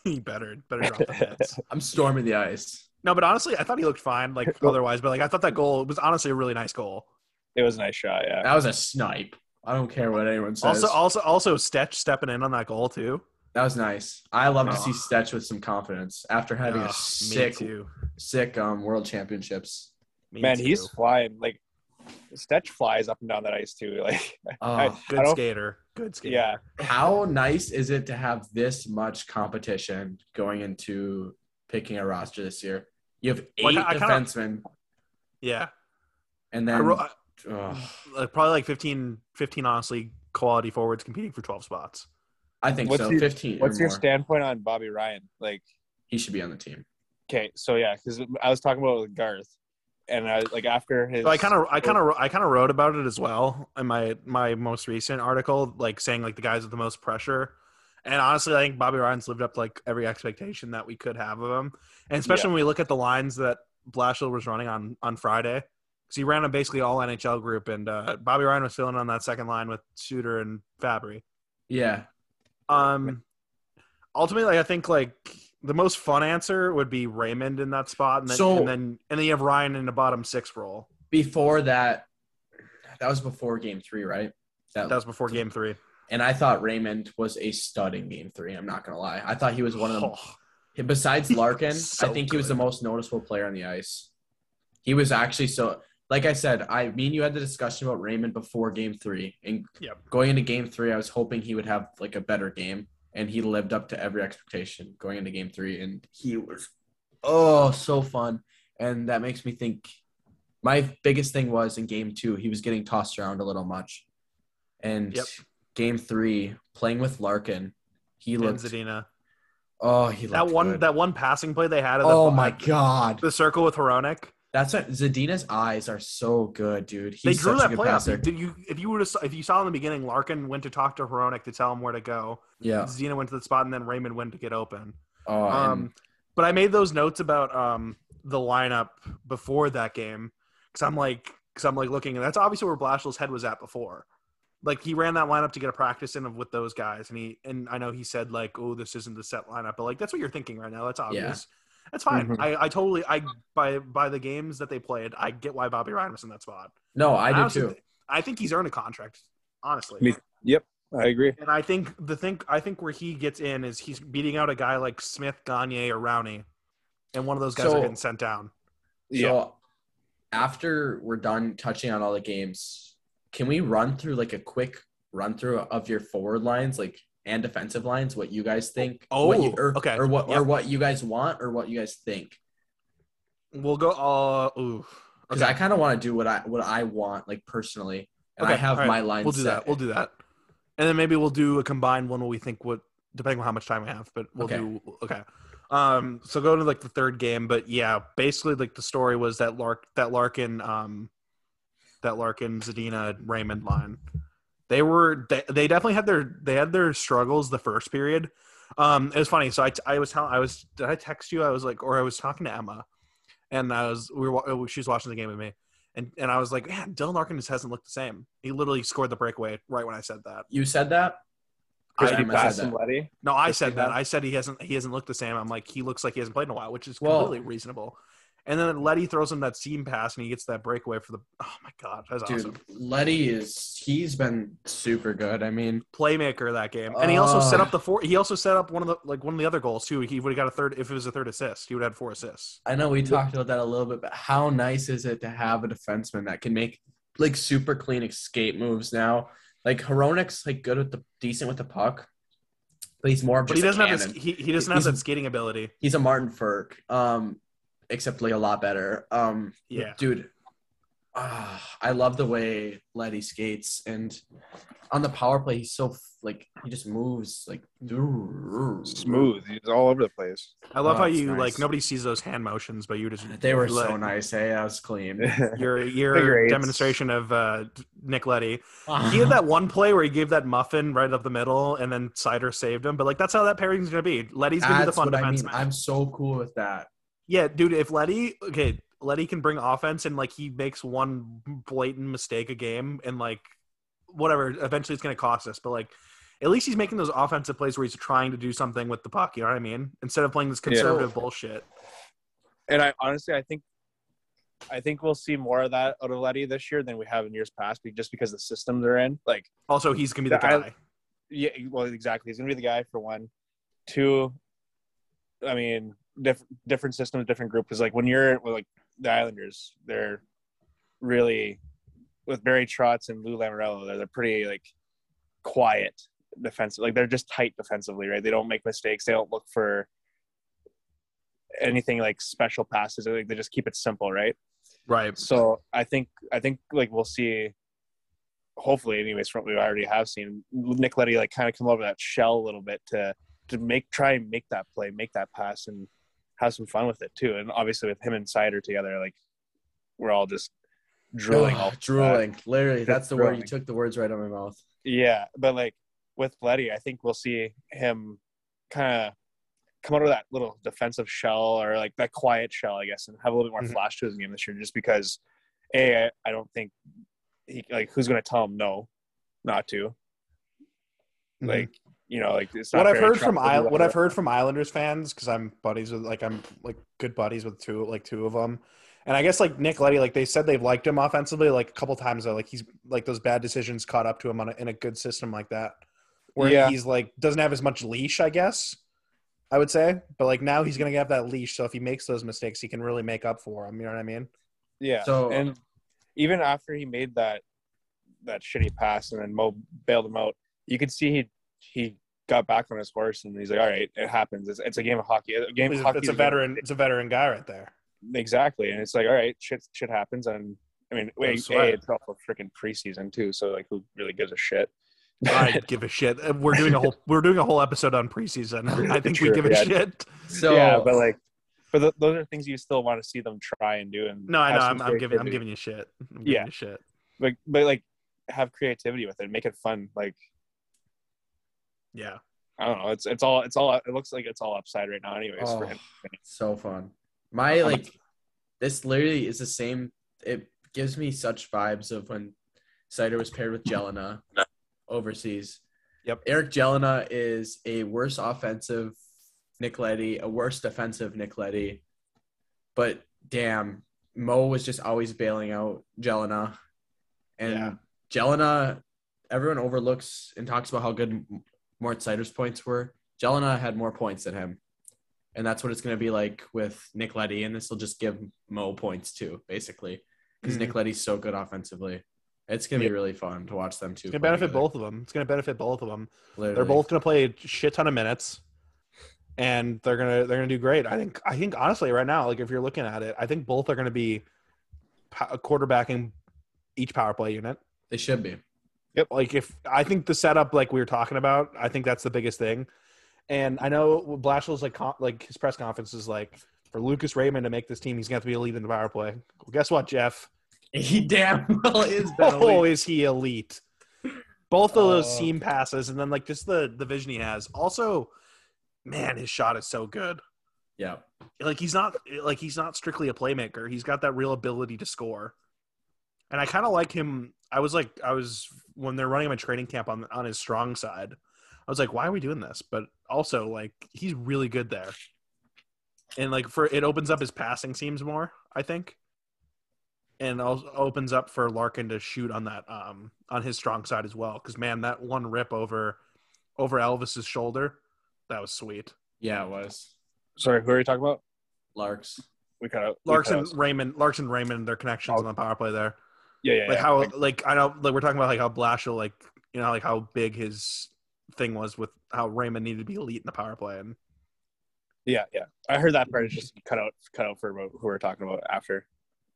he better better drop the nets.
I'm storming the ice.
No, but honestly, I thought he looked fine, like
Oh.
otherwise. But like, I thought that goal was honestly a really nice goal.
it was a nice shot. Yeah,
That was a snipe. I don't care what anyone says.
Also, also, also, Stetch stepping in on that goal too.
that was nice. I love to
Oh.
see Stetch with some confidence after having
Ugh, Oh, me
a sick,
too.
sick um, world championships.
Me
man,
too.
he's flying. Like, Stetch flies up and down that ice too. Like,
Oh,
I
good
don't-
skater. Good skater.
yeah,
how nice is it to have this much competition going into picking a roster this year? You have eight
Like, I- I kinda-
defensemen,
yeah.
and
I
then oh,
ro- I-
ugh,
like, probably like 15, 15 honestly quality forwards competing for twelve spots.
I think
What's
so.
your-
Fifteen.
what's
or
your
more.
standpoint on Bobby Ryan? Like.
He should be on the team.
Okay, so yeah, because I was talking about it with Garth, and I like after his.
So I kind of, I kind of, I kind of wrote about it as well in my my most recent article, like saying like the guys with the most pressure. And honestly, I think Bobby Ryan's lived up to, like every expectation that we could have of him, and especially when we look at the lines that Blashill was running on on Friday, because he ran a basically all NHL group, and uh, Bobby Ryan was filling on that second line with Suter and Fabry.
Yeah.
Um, ultimately, I think like the most fun answer would be Raymond in that spot, and then
So-
and then and then you have Ryan in the bottom six role.
Before that, that was before game three, right? That,
That was before game three.
and I thought Raymond was a stud in game three. I'm not gonna lie. I thought he was one of
Oh,
the besides Larkin,
so
I think he was the
good.
most noticeable player on the ice. He was actually so like I said, I mean you had the discussion about Raymond before game three. And
Yep.
going into game three, I was hoping he would have like a better game. And he lived up to every expectation going into game three. And he was oh so fun. And that makes me think my biggest thing was in game two, he was getting tossed around a little much. And
Yep.
game three, playing with Larkin, he looked
Benzedina.
oh he
That
looked
one
good.
that one passing play they had of the,
Oh my
like,
god.
the circle with Horonic.
That's what Zadina's eyes are so good, dude. He's
They drew
such
that
a good
play up.
passer.
Did you if you were to if you saw in the beginning Larkin went to talk to Horonic to tell him where to go.
Yeah.
Zena went to the spot and then Raymond went to get open.
Oh,
Um,
and-
but I made those notes about um, the lineup before that game because I'm like, because I'm like looking, and that's obviously where Blashill's head was at before. Like he ran that lineup to get a practice in of with those guys, and he and I know he said like, "Oh, this isn't the set lineup," but like that's what you're thinking right now. That's obvious. That's fine.
Mhm.
I, I totally I by by the games that they played, I get why Bobby Ryan was in that spot.
no, I do
honestly
too.
th- I think he's earned a contract, honestly.
Me- I agree.
And I think the thing I think where he gets in is he's beating out a guy like Smith, Gagne, or Rowney, and one of those guys
So-
are getting sent down.
Yeah.
So after we're done touching on all the games, can we run through like a quick run through of your forward lines, like and defensive lines, what you guys think?
Oh,
what you, or,
okay.
Or what
Yeah.
or what you guys want or what you guys think?
We'll go. Uh, ooh.
Because I kind of want to do what I what I want, like personally. And I
Okay,
have
all right.
my lines.
We'll do
set.
that. We'll do that, and then maybe we'll do a combined one where we think what depending on how much time we have. But we'll
Okay.
do okay. Um, so go to like the third game, but yeah, basically like the story was that Lark that Larkin um that Larkin Zadina Raymond line. They were they, they definitely had their they had their struggles the first period. Um, it was funny. So I I was telling I was did I text you? I was like or I was talking to Emma, and I was we were wa- she was watching the game with me. And, and I was like, man, Dylan Larkin just hasn't looked the same. He literally scored the breakaway right when I said that.
You said that?
Crispy
Emma said
pass
that.
and Letty.
No, I
Yes,
said
he
that.
has.
I said he hasn't he hasn't looked the same. I'm like, he looks like he hasn't played in a while, which is
Well-
completely reasonable. And then Letty throws him that seam pass and he gets that breakaway for the oh my god, that's
Dude,
awesome.
Letty is he's been super good. I mean,
Playmaker that game. And he also
Oh.
set up the four he also set up one of the like one of the other goals too. He would have got a third if it was a third assist, he would have had four assists.
I know we talked about that a little bit, but how nice is it to have a defenseman that can make like super clean escape moves now? Like Hronik's like good with the decent with the puck, but he's more. of
But he
just a
doesn't have his,
cannon.
he, he doesn't have
He's-
that skating ability.
He's a Martin Ferg, um, except like a lot better. Um,
Yeah.
dude, ah, I love the way Letty skates, and on the power play, he's so like he just moves like
Smooth. He's all over the place.
I love
Oh,
how
it's
you
nice.
like nobody sees those hand motions, but you just
They were so
Let-
nice. Hey, that was clean.
your
Figure
your
eights.
demonstration of uh, Nick Letty. He had that one play where he gave that muffin right up the middle, and then Cider saved him. But like that's how that pairing's gonna be. Letty's gonna be the
That's
fun
what I mean.
defenseman.
I'm so cool with that.
yeah, dude. If Letty, okay, Letty can bring offense, and like he makes one blatant mistake a game, and like whatever, eventually it's gonna cost us. But like. At least he's making those offensive plays where he's trying to do something with the puck. You know what I mean? Instead of playing this conservative bullshit.
And I honestly, I think, I think we'll see more of that out of Letty this year than we have in years past, be- just because the system they're in. Like,
Also, he's gonna be the
Yeah, I-
guy.
yeah, e, well, exactly. He's gonna be the guy for one, two. I mean, diff- different systems, different group. Because like when you're with like the Islanders, they're really with Barry Trotz and Lou Lamorello, they're, they're pretty like quiet defensive. Like they're just tight defensively, right? They don't make mistakes. They don't look for anything like special passes. They, Like they just keep it simple, right?
right.
So I think I think like we'll see. Hopefully, anyways, from what we already have seen, Nick Letty like kind of come over that shell a little bit to to make try and make that play, make that pass, and have some fun with it too. And obviously, with him and Cider together, like we're all just drooling. all
Ugh, drooling. Literally,
Just
that's the word. You
drooling.
took the words right out of my mouth.
Yeah, but like with Letty, I think we'll see him kind of come out of that little defensive shell or like that quiet shell, I guess, and have a little bit more
Mhm.
flash to his game this year. Just because, a, I, I don't think he like who's going to tell him no, not to.
Mhm.
Like you know, like it's not
what I've
very
heard from
trustworthy,
I- what
whatever.
I've heard from Islanders fans because I'm buddies with like I'm like good buddies with two like two of them And I guess like Nick Letty, like they said they've liked him offensively like a couple times though. Like he's like those bad decisions caught up to him on a, in a good system like that, where
Yeah.
he's like doesn't have as much leash, I guess. I would say, but like now he's gonna have that leash, so if he makes those mistakes, he can really make up for them. You know what I mean?
Yeah.
So-
and even after he made that that shitty pass and then Mo bailed him out, you could see he he got back on his horse and he's like, "All right, it happens. It's, it's a game of hockey. A game
It's,
of hockey
it's a
is a-
veteran. It's a veteran guy right there.
exactly." And it's like, "All right, shit shit happens." And I mean, wait,
That's
a,
right.
it's also freaking preseason too, so like, who really gives a shit?
I give a shit. We're doing a whole we're doing a whole episode on preseason. I think we
True,
give a
yeah.
shit.
So
yeah, but like, but th- those are things you still want to see them try and do. And
No, I
have
know.
some
I'm, I'm giving I'm
creativity.
giving you shit. I'm giving
Yeah.
you shit.
but but like, have creativity with it, make it fun. Like,
Yeah.
I don't know. It's it's all it's all it looks like it's all upside right now. Anyways, for
Oh,
him.
so fun. My
I'm-
like this literally is the same. It gives me such vibes of when Cider was paired with Jelena overseas.
Yep.
Eric Jelena is a worse offensive Nick Letty, a worse defensive Nick Letty. But damn, Mo was just always bailing out Jelena. And
Yeah.
Jelena, everyone overlooks and talks about how good Mort Sider's points were. Jelena had more points than him. And that's what it's going to be like with Nick Letty. And this will just give Mo points too, basically,
Hmm.
because Nick Letty's so good offensively. It's going to be really fun to watch them too.
It's gonna benefit both of them. It's gonna benefit both of them.
Literally.
They're both gonna play a shit ton of minutes, and they're gonna they're gonna do great. I think I think honestly right now, like if you're looking at it, I think both are gonna be po- quarterbacking each power play unit.
They should be.
Yep. Like if I think the setup, like we were talking about, I think that's the biggest thing. And I know Blashill's like con- like his press conference is like for Lucas Raymond to make this team, he's gonna have to be elite in the power play. Well, guess what, Jeff?
He damn well is.
Oh, is he elite? Both of those
Oh.
seam passes, and then like just the the vision he has. Also, man, his shot is so good.
Yeah.
Like he's not like he's not strictly a playmaker. He's got that real ability to score. And I kind of like him. I was like, I was when they're running him a training camp on on his strong side. I was like, why are we doing this? But also, like, he's really good there. And like for it opens up his passing seams more, I think. And also opens up for Larkin to shoot on that um on his strong side as well. Because man, that one rip over over Elvis's shoulder, that was sweet.
Yeah, it was.
Sorry, who are you talking about?
Larks.
We kind of
Larkson Raymond Larkson Raymond their connections on the power play there.
Yeah, yeah.
Like
yeah.
how like I know like we're talking about like how Blashill like you know like how big his thing was with how Raymond needed to be elite in the power play and
yeah, yeah. I heard that part is just cut out, cut out for about who we we're talking about after.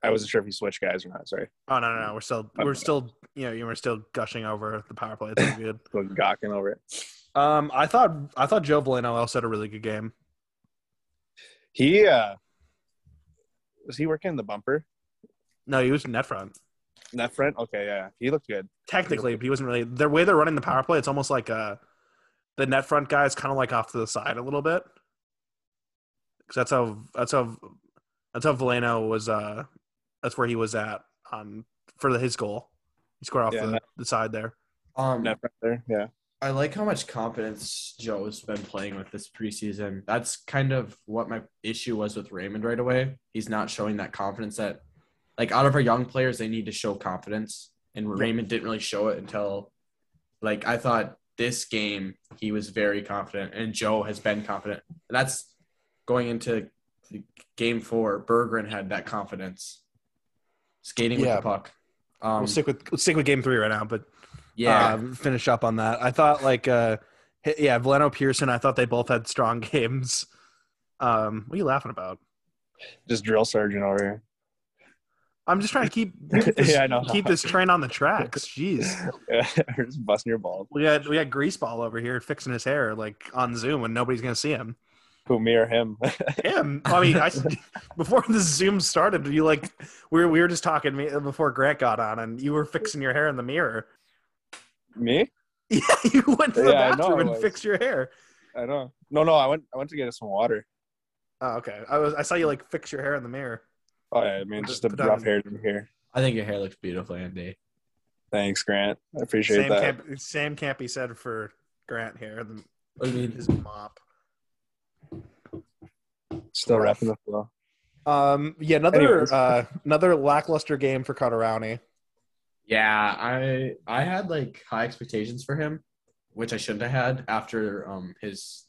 I wasn't sure if you switched guys or not. Sorry,
oh no no no we're still we're still you know you were still gushing over the power play it's all good.
I was gawking over it.
um I thought I thought Joe Valeno also had a really good game.
He uh, was he working in the bumper
No, he was net front
in that front? Okay, yeah, he looked good.
technically, but he wasn't really the way they're running the power play. It's almost like uh the net front guy is kind of like off to the side a little bit because that's how that's how that's how Valeno was. uh That's where he was at on for his goal. He scored off
Yeah.
the, the side there.
Um,
Net front there, yeah.
I like how much confidence Joe's been playing with this preseason. That's kind of what my issue was with Raymond right away. He's not showing that confidence that, like, out of our young players, they need to show confidence. And Raymond didn't really show it until, like, I thought this game he was very confident, and Joe has been confident. And that's going into game four. Bergeron had that confidence, skating with
Yeah.
the puck. Um,
we'll stick with we'll stick with game three right now, but
yeah,
uh, finish up on that. I thought like uh hi- yeah, Valeno Pearson. I thought they both had strong games. Um, what are you laughing about?
Just drill sergeant over here.
I'm just trying to keep keep this,
Yeah, I know.
keep this train on the tracks. Jeez.
Yeah, just busting your balls.
We got we got Greaseball over here fixing his hair like on Zoom when nobody's gonna see him.
Who me or him?
Him. I mean, I, before the Zoom started, you like we were, we were just talking me- before Grant got on, and you were fixing your hair in the mirror.
me?
Yeah, you went to the
Yeah, I know
bathroom
I
and
was.
fixed your hair.
I know. No, no. I went. I went to get us some water.
Oh, okay. I was I saw you like fix your hair in the mirror.
Oh yeah, I mean, just a
Put on-
rough hair from here.
I think your hair looks beautiful, Andy.
Thanks, Grant. I appreciate
Same
that.
can't, same can't be said for Grant here. The,
What do you mean?
his mop.
Still wrapping up well.
Um, yeah, another
Anyways.
uh, another lackluster game for Cotterowny.
Yeah, I I had like high expectations for him, which I shouldn't have had after um his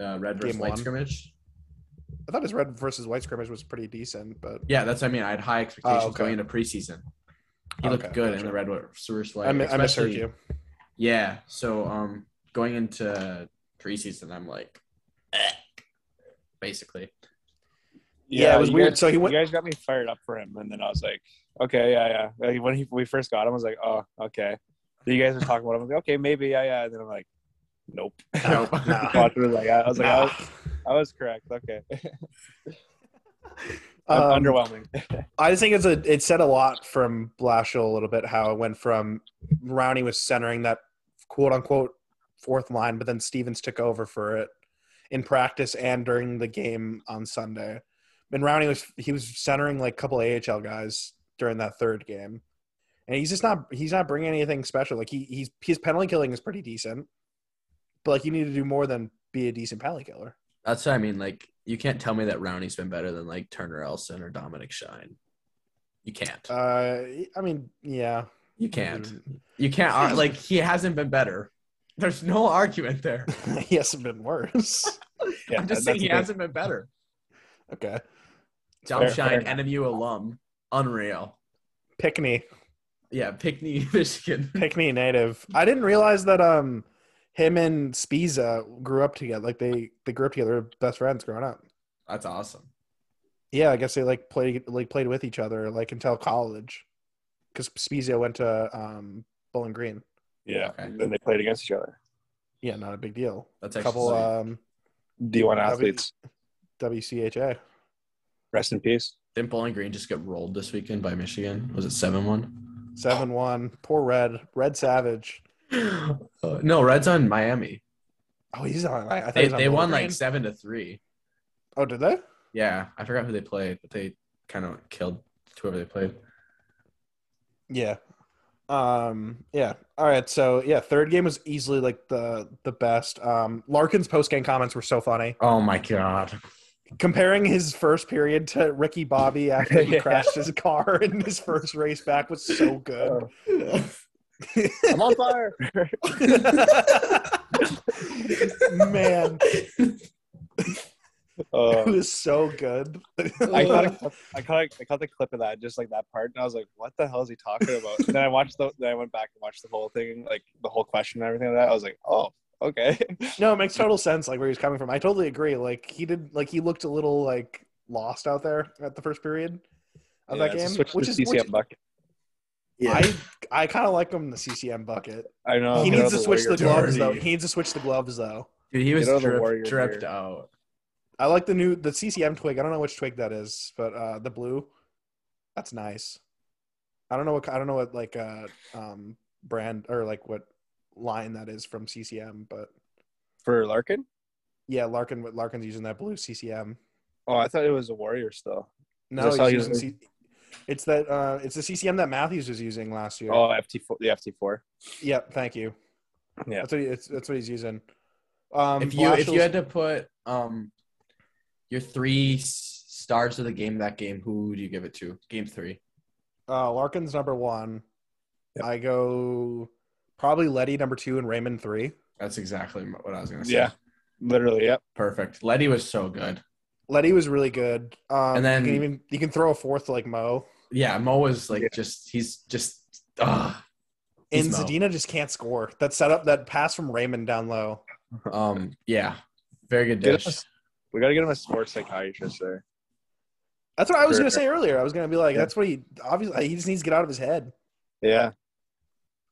uh, red versus
Game
white
one.
scrimmage.
I thought his red versus white scrimmage was pretty decent, but
Yeah, that's what I mean. I had high expectations
Oh, okay.
going into preseason. He looked
Okay,
good in
gotcha.
the red versus white.
I, mi- I misheard
especially-
you.
Yeah, so um going into preseason, I'm like, eh, basically.
Yeah, it was
you
weird.
guys-
So he went-
You guys got me fired up for him, and then I was like, okay, yeah, yeah. Like, when he, we first got him, I was like, oh, okay. So you guys were talking about him. I was like, okay, maybe, yeah, yeah. And then I'm like, nope.
No.
Watch me, like, I I was like, I was, I was correct. Okay,
Um,
underwhelming.
I just think it's a it said a lot from Blashill a little bit how it went from Rowney was centering that quote unquote fourth line, but then Stevens took over for it in practice and during the game on Sunday. And Rowney was he was centering like a couple AHL guys during that third game, and he's just not he's not bringing anything special. Like he he's his penalty killing is pretty decent, but like you need to do more than be a decent penalty killer.
That's what I mean. Like, you can't tell me that Rowney's been better than like Turner Elson or Dominic Shine. You can't.
Uh, I mean, yeah,
You can't. You can't. ar- Like, he hasn't been better. There's no argument there.
he hasn't been worse.
Yeah,
I'm just
that-
saying he
that's
hasn't been better.
Okay.
Dom
Fair-
Shine,
fair
NMU alum, unreal.
Pickney,
Yeah, Pickney, Michigan.
Pickney native. I didn't realize that um him and Spiza grew up together. Like they they grew up together, best friends growing up.
That's awesome.
Yeah, I guess they like played like played with each other like until college, because Spiza went to um Bowling Green.
the thing. Yeah,
Okay.
and then they played against each other.
Yeah, not a big deal.
That's
A
actually
couple
sweet.
uh,
um
D1
That'd be-
athletes,
WCHA.
rest in peace.
Didn't Bowling Green just get rolled this weekend by Michigan? Was it 7 1?
Seven one. Poor Red. Red Savage.
Uh, no, Reds on Miami.
Oh, he's on. I, I thought he
They,
was on
they
Bowling
won
Green.
like 7 to 3.
Oh, did they?
Yeah, I forgot who they played, but they kind of killed whoever they played.
Yeah. Um yeah. All right, so yeah, third game was easily like the the best. Um Larkin's post game comments were so funny.
Oh my god.
Comparing his first period to Ricky Bobby after he
Yeah.
crashed his car in his first race back was so good.
I'm on fire. Oh.
Man, it
Uh,
was so good.
I caught, a clip, I caught I caught the clip of that, just like that part, and I was like, "What the hell is he talking about?" And then I watched the, then I went back and watched the whole thing, like the whole question and everything like that. I was like, "Oh, okay."
No, it makes total sense like where he's coming from. I totally agree. Like he did like he looked a little like lost out there at the first period of
Yeah,
that
it's a
game.
switch to
Which is,
CCM
which,
bucket.
Yeah.
I I kind of like him in the CCM bucket.
I know
he
Oh, get out
needs
of
to switch the
Warrior
gloves
jersey.
though. He needs to switch the gloves though.
Dude, he was
Get out of the
dripped,
Warrior
dripped
here.
out.
I like the new the CCM twig. I don't know which twig that is, but uh the blue. That's nice. I don't know what I don't know what like uh um brand or like what line that is from CCM, but
for Larkin.
yeah, Larkin Larkin's using that blue CCM.
Oh, I thought it was the Warriors though.
No,
saw
he's
you-
using C- it's that uh it's the CCM that Matthews was using last year.
Oh, FT four, the FT four.
Yep, thank you.
Yeah.
That's what he, it's, that's what he's using. Um
if you if you
Blashill's-
had to put um your three s- stars of the game that game, who do you give it to? Game three.
Uh, Larkin's number one.
Yep.
I go probably Letty number two and Raymond three.
That's exactly m- what I was gonna say.
Yeah, literally. Yep.
Perfect. Letty was so good.
Letty was really good. Um,
And then-
you can even you can throw a fourth like Mo.
Yeah, Mo was like
Yeah.
just he's just uh,
And
He's Mo.
Zadina just can't score. That setup, that pass from Raymond down low.
um yeah. Very good
Get
dish.
us- We gotta get him a sports psychiatrist there.
That's what I was
Sure.
gonna say earlier. I was gonna be like,
Yeah.
that's what he obviously he just needs to get out of his head.
Yeah.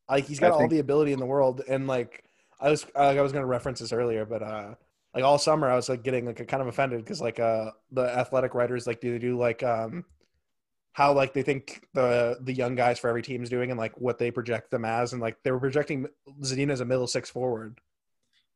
Like he's
I
got all
think-
the ability in the world. And like I was like I was gonna reference this earlier, but uh like all summer I was like getting like kind of offended because like uh the athletic writers like do they do like um how like they think the the young guys for every team is doing and like what they project them as and like they were projecting Zadina as a middle six forward.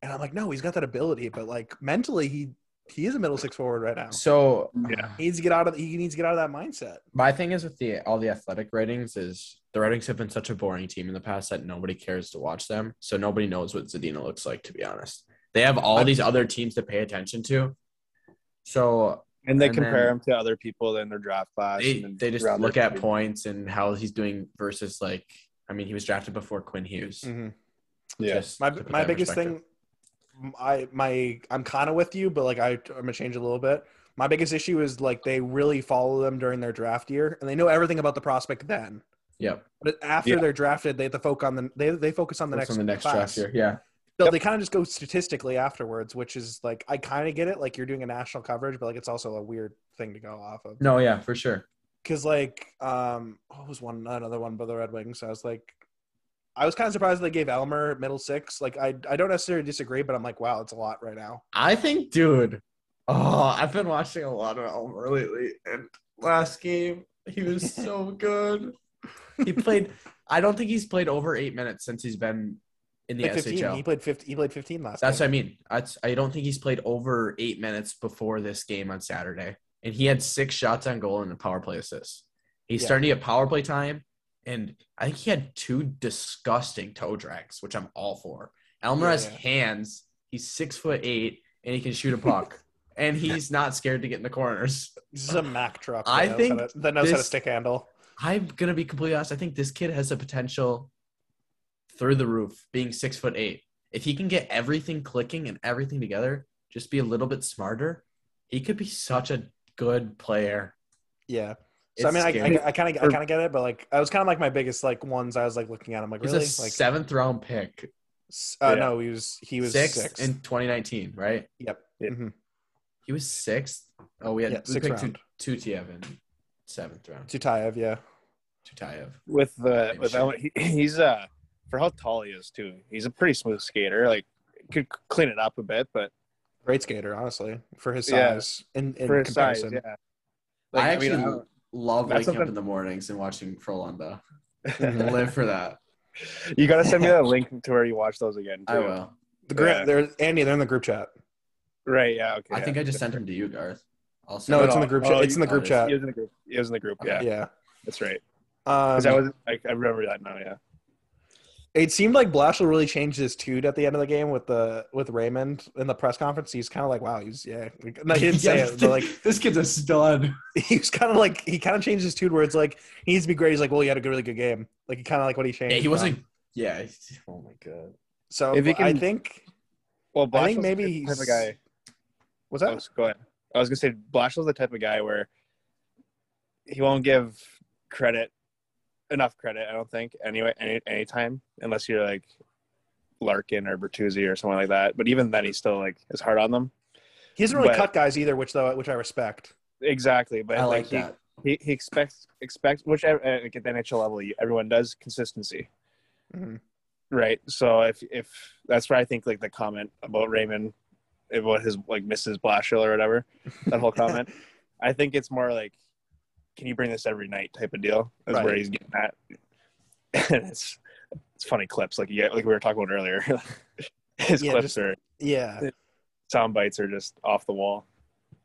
And I'm like, no, he's got that ability, but like mentally he he is a middle six forward right now.
So
Yeah.
He needs to get out of he needs to get out of that mindset.
My thing is with the all the athletic ratings is the ratings have been such a boring team in the past that nobody cares to watch them. So nobody knows what Zadina looks like, to be honest. They have all these other teams to pay attention to. So
And they
And
compare
then-
him to other people in their draft class.
They,
and then
they just
round
look
their
at
grade.
points and how he's doing versus like I mean he was drafted before Quinn Hughes.
Mm-hmm.
Mhm.
Mm, Yeah.
Just
My
to put
my
that in
biggest
perspective.
thing, I my I'm kind of with you, but like I, I'm gonna change it a little bit. My biggest issue is like they really follow them during their draft year, and they know everything about the prospect then.
Yep.
But after
Yeah.
they're drafted, they have to focus on the they, they focus on the
That's
next
on the next
class.
draft year. Yeah.
So
Yep.
they kind of just go statistically afterwards, which is like I kind of get it. Like you're doing a national coverage, but like it's also a weird thing to go off of.
No, yeah, for sure.
Because like um, what was one another one by the Red Wings? I was like, I was kind of surprised they gave Elmer middle six. Like I I don't necessarily disagree, but I'm like, wow, it's a lot right now.
I think, dude. Oh, I've been watching a lot of Elmer lately, and last game he was so good. He played. I don't think he's played over eight minutes since he's been in the
Like 15,
SHL.
He played 15, he played 15 last
That's what I
game.
mean. That's, I don't think he's played over eight minutes before this game on Saturday, and he had six shots on goal and a power play assist. He's
Yeah.
starting to get power play time, and I think he had two disgusting toe drags, which I'm all for. Elmer has
Yeah.
hands. He's six foot eight, and he can shoot a puck, and he's not scared to get in the corners.
This is a Mack truck. that
I
knows how
think
to- that knows how to
this-
stick handle.
I'm gonna be completely honest. I think this kid has the potential through the roof, being six foot eight. If he can get everything clicking and everything together, just be a little bit smarter, he could be such a good player.
Yeah. So
It's
I mean,
scary.
I- I kind of I kind of get it, but like I was kind of like my biggest like ones I was like looking at. I'm like
he's
really
a
like
seventh round pick.
s- uh,
Yeah.
no, he was he was
sixth,
sixth.
in 2019, right?
yep.
Yeah.
Mhm.
He was sixth. Oh, we had
Yeah,
we
sixth
picked
round.
two Tutiev in seventh round.
Tutayev, yeah.
Tutiev.
with the
Same
with
shit.
Elmer, he, he's uh for how tall he is too. He's a pretty smooth skater. Like could c- clean it up a bit, but
Great skater, honestly, for his
Yeah.
size. In, in
for his size,
comparison,
yeah.
I
Like, I mean, uh,
actually
I-
love waking
that's
up
something-
in the mornings and watching Frolunda. Live for that.
you gotta send me that link to where you watch those again. Too.
I will.
the group,
Yeah.
there's Andy. They're in the group chat.
Right? Yeah. Okay.
I
yeah.
think I just sent him to you, Garth. Also,
No,
No,
it's in
no.
the group
Oh,
chat. It's
you-
in the group
oh,
chat.
he was in the group. He was in the group. Yeah,
Yeah.
that's right.
Um,
Because I was, I, I remember that now. Yeah.
it seemed like Blashill really changed his tune at the end of the game with the with Raymond in the press conference. He's kind of like, wow, he's yeah. Like, no, he didn't say it, but like
this kid's a stud.
he was kind of like he kind of changed his tune where it's like he needs to be great. He's like, well, he had a good, really good game. Like he kind of like what he changed.
Yeah, he
from.
wasn't. Yeah. he's- Oh my god.
So
If he
I
can-
think
Well,
I think
Blashill's
maybe
the type
he's
of guy.
Was
Oh,
that?
go ahead. I was gonna say Blashill's the type of guy where he won't give credit enough credit. I don't think anyway any anytime unless you're like Larkin or Bertuzzi or someone like that. But even then, he's still like is hard on them.
He doesn't really
But-
cut guys either, which though which I respect.
Exactly. But
I like
he,
that.
He, he expects expects which uh, like at the NHL level you- everyone does consistency.
Mhm.
Right. So if if that's where I think like the comment about Raymond about his like Mrs. Blashill or whatever, that whole comment. I think it's more like can you bring this every night type of deal is where
Right.
he's getting at. And it's it's funny clips like you get, like we were talking about earlier. his
Yeah,
clips
just-
are
Yeah,
sound bites are just off the wall.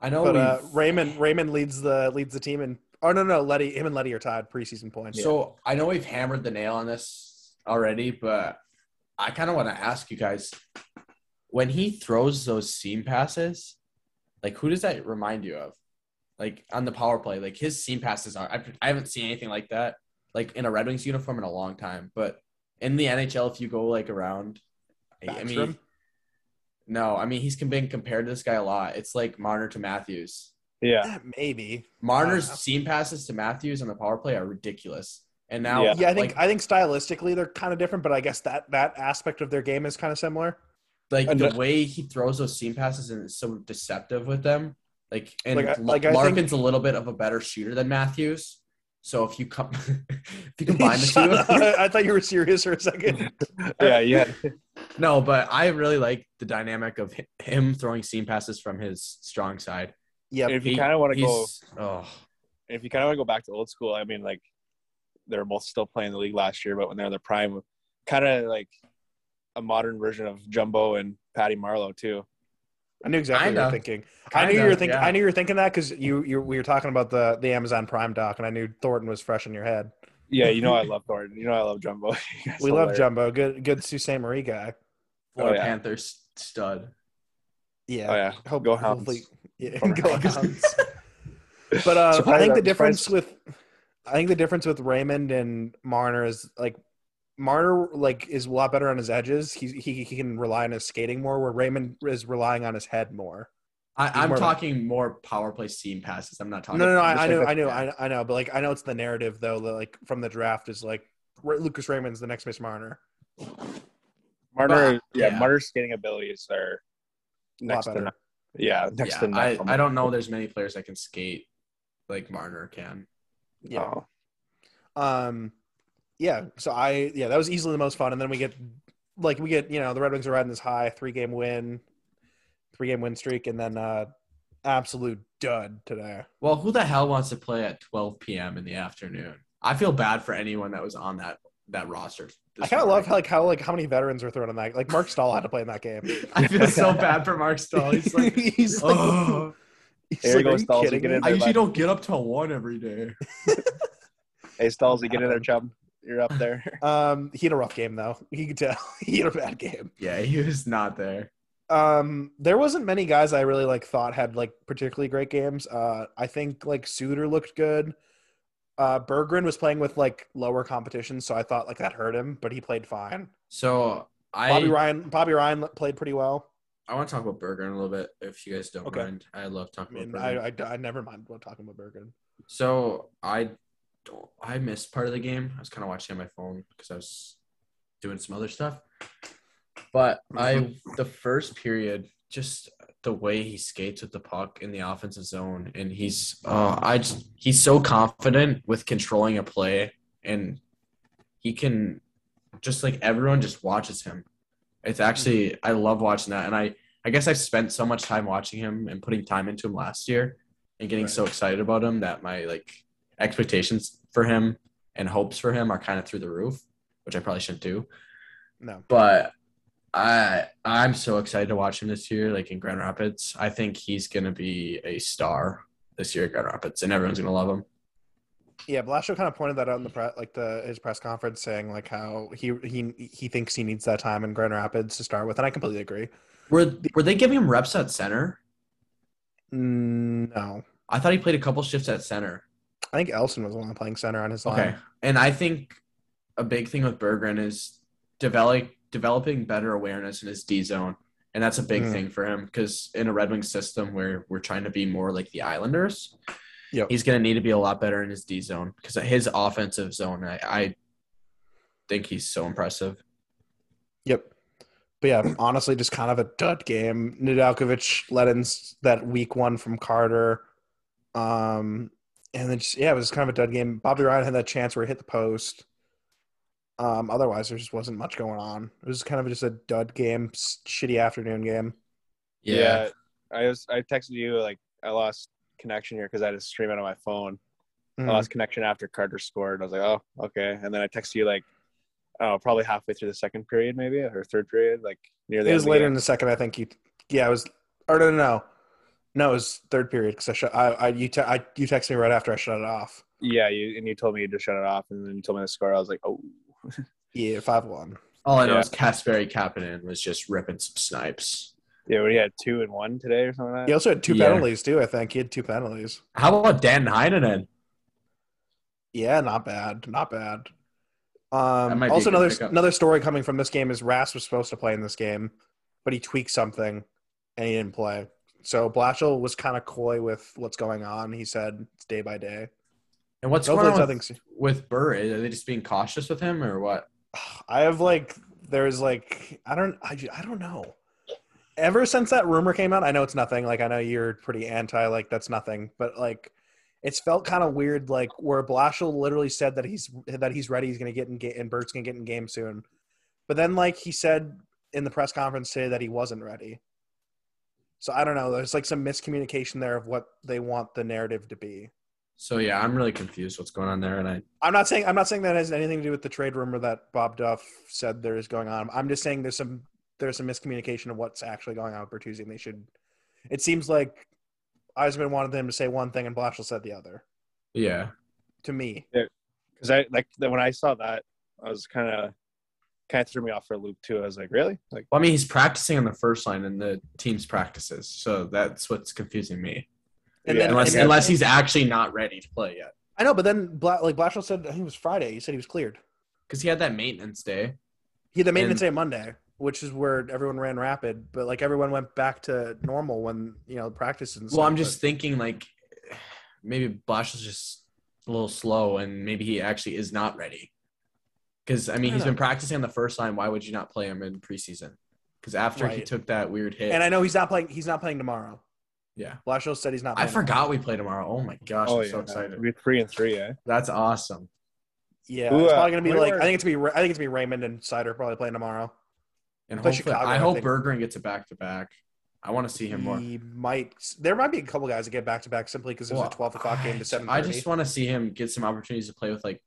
I know.
but
we've-
uh, Raymond Raymond leads the leads the team, and oh no no Letty him and Letty are tied preseason points.
So I know we've hammered the nail on this already, but I kind of want to ask you guys when he throws those seam passes, like who does that remind you of? Like on the power play, like his seam passes are. I, I haven't seen anything like that, like in a Red Wings uniform in a long time. But in the NHL, if you go like around, I- I mean,
Backstrom?
no, I mean he's been compared to this guy a lot. It's like Marner to Matthews.
Yeah.
Yeah, maybe.
Marner's
Uh,
seam passes to Matthews on the power play are ridiculous. And now,
Yeah,
Yeah,
I think
like,
I think stylistically they're kind of different, but I guess that that aspect of their game is kind of similar.
like
And
the
the-
way he throws those seam passes and it's so deceptive with them. Like and
Like, I-
L-
like, I
Larkin's a little bit of a better shooter than Matthews. So if you com- if you combine
Shut
the
up.
two,
I thought you were serious for a second.
Yeah, yeah.
no, but I really like the dynamic of hi- him throwing seam passes from his strong side.
Yep.
If you
He-
kinda wanna go
he's- oh,
if you kind of want to go back to old school, I mean, like they're both still playing the league last year, but when they're in their prime, kind of like a modern version of Jumbo and Patty Marlowe too.
I knew exactly what you were
Kinda.
thinking. I knew you were
Kinda,
thinking.
yeah.
I knew you were thinking that because you you we were talking about the the Amazon Prime doc, and I knew Thornton was fresh in your head.
Yeah, you know I love Gordon. You know I love Jumbo. You guys
We
are
love
hilarious.
Jumbo. Good good Sault Ste. Marie guy.
Florida
yeah.
Panthers stud.
yeah.
Oh yeah,
Hope,
Go Hounds.
hopefully- Yeah,
Go
go
Hounds.
Hounds. but uh, I
Surprise-
think the
surprise-
difference with I think the difference with Raymond and Marner is like Marner like is a lot better on his edges. He he, he can rely on his skating more, where Raymond is relying on his head more. He's
I, I'm
more of a-
talking more power play seam passes. I'm not
No,
talking.
no, no.
I'm
I, I
just
know,
like
I
the-
know, I, I know. But like, I know it's the narrative though. That, like from the draft is like Ra- Lucas Raymond's the next Mitch Marner.
Marner, yeah,
yeah.
Marner's skating abilities are next to
better.
none. Yeah, next to
Yeah,
none.
I, I don't know. There's many players that can skate like Marner can.
Yeah.
Oh.
Um, yeah. So I yeah, that was easily the most fun. And then we get like we get you know the Red Wings are riding this high three game win, three game win streak, and then uh absolute dud today.
Well, who the hell wants to play at 12 p.m. in the afternoon? I feel bad for anyone that was on that that roster.
I
this
kind of love
morning.
how like how like how many veterans were thrown in that. Like Mark Stahl had to play in that game.
I feel so bad for Mark Stahl. He's like,
he's like,
oh,
he's
There
like,
you go,
are you
Stahl, so
kidding
get
me?
in.
I usually don't get up till one every day.
Hey, Stalzy, get in there, Chubb. You're up there.
Um, he had a rough game though. You could tell he had a bad game.
Yeah, he was not there.
um there wasn't many guys i really like thought had like particularly great games uh i think like suter looked good uh berggren was playing with like lower competition so i thought like that hurt him but he played fine
So I
bobby ryan bobby ryan l- played pretty well
I want to talk about Berger in a little bit, if you guys don't
Okay.
mind. I love
i
talking
mean
about Berger.
I, I I never mind what talking about berggren
So I don't, I missed part of the game. I was kind of watching on my phone because I was doing some other stuff. But I the first period, just the way he skates with the puck in the offensive zone, and he's uh, I just, he's so confident with controlling a play, and he can just like everyone just watches him. It's actually I love watching that, and I I guess I spent so much time watching him and putting time into him last year, and getting
Right.
so excited about him that my like expectations for him and hopes for him are kind of through the roof, which I probably shouldn't do.
no
But I I'm so excited to watch him this year, like in Grand Rapids. I think he's gonna be a star this year at Grand Rapids, and everyone's gonna love him.
yeah blasio kind of pointed that out in the press like the his press conference saying like how he he he thinks he needs that time in grand rapids to start with and i completely agree
Were were they giving him reps at center?
Mm, no
I thought he played a couple shifts at center.
i think elson was the one playing center on his line
Okay. And I think a big thing with Berggren is develop, developing better awareness in his D zone. And that's a big
Mm.
thing for him because in a Red Wing system where we're trying to be more like the Islanders,
Yep.
he's going to need to be a lot better in his D zone because his offensive zone, I, I think he's so impressive.
Yep. But yeah, honestly, just kind of a dud game. Nedeljkovic let in s- that weak one from Carter, um, and then just, yeah, it was kind of a dud game. Bobby Ryan had that chance where he hit the post. Um, otherwise, there just wasn't much going on. It was kind of just a dud game, s- shitty afternoon game.
Yeah. I was I texted you like I lost connection here because I had to stream it on my phone.
Mm-hmm.
Oh,
Hmm.
I lost connection after Carter scored. I was like, oh, okay. And then I texted you like, oh, probably halfway through the second period, maybe or third period, like near
It
the. end
was
of the
later in
game.
the second, I think. You, yeah, it was. Or no, no, no, no. It was third period because I, shut- I, I, you, te- I, you texted me right after I shut it off.
Yeah, you and you told me to shut it off, and then you told me the score. I was like, oh,
Yeah, five one.
All I know
Yeah.
is Kasperi Kapanen was just ripping some snipes.
yeah, we had two and one today or something. Like
He
that.
also had two
Yeah.
penalties too. I think he had two penalties.
How about Dan Heinen?
Yeah, not bad, not bad.
That
Um,
might be
also,
a good
another
pickup.
another story coming from this game is Rass was supposed to play in this game, but he tweaked something, and he didn't play. So Blatchel was kind of coy with what's going on. He said it's day by day.
And what's
Hopefully, it's
going on
nothing.
with,
se-
with Burr? Are they just being cautious with him or what?
I have like there's like I don't I, ju- I don't know. Ever since that rumor came out, I know it's nothing. Like I know you're pretty anti like that's nothing, but like it's felt kind of weird like where Blashill literally said that he's that he's ready, he's going to get in game and Bert's going to get in game soon. But then like he said in the press conference today that he wasn't ready. So I don't know, there's like some miscommunication there of what they want the narrative to be.
So yeah, I'm really confused what's going on there, and I
I'm not saying I'm not saying that has anything to do with the trade rumor that Bob Duff said there is going on. I'm just saying there's some there's some miscommunication of what's actually going on with Bertuzzi, and they should. It seems like Eisman wanted them to say one thing and Blatchel said the other.
yeah.
To me,
because I like that when I saw that, I was kind of kind of threw me off for a loop too. I was like, really? Like,
Well, I mean, he's practicing on the first line in the team's practices, so that's what's confusing me.
And
Yeah,
then,
Unless
and then-
unless he's actually not ready to play yet,
I know, but then Bla- like Blashill said, I think it was Friday. He said he was cleared.
because he had that maintenance day.
He had the maintenance
And-
day Monday, which is where everyone ran rapid, but like everyone went back to normal when you know practice and.
Well,
stuff,
I'm
but-
just thinking like maybe Bosch is just a little slow, and maybe he actually is not ready. Because I mean,
I
he's
don't
been practicing on the first line. Why would you not play him in preseason? Because after he
Right.
took that weird hit,
and I know he's not playing. He's not playing tomorrow.
yeah,
Blashill said he's not.
I
Playing
forgot we play tomorrow. Oh my gosh,
oh
I'm
yeah,
so excited.
we're three and three. eh?" Yeah,
That's awesome.
Yeah,
Who,
it's
uh,
probably gonna be
who
like.
are-
I think it's gonna be. Ra- I think it's gonna be Raymond and Cider probably playing tomorrow.
And
Play
hopefully,
Chicago,
I
I
hope
think.
Bergeron gets it back to back. I want to see him more.
He might. There might be a couple guys that get back to back simply because it was
Well,
a twelve o'clock game
I-
to seven
I
thirty.
just want to see him get some opportunities to play with like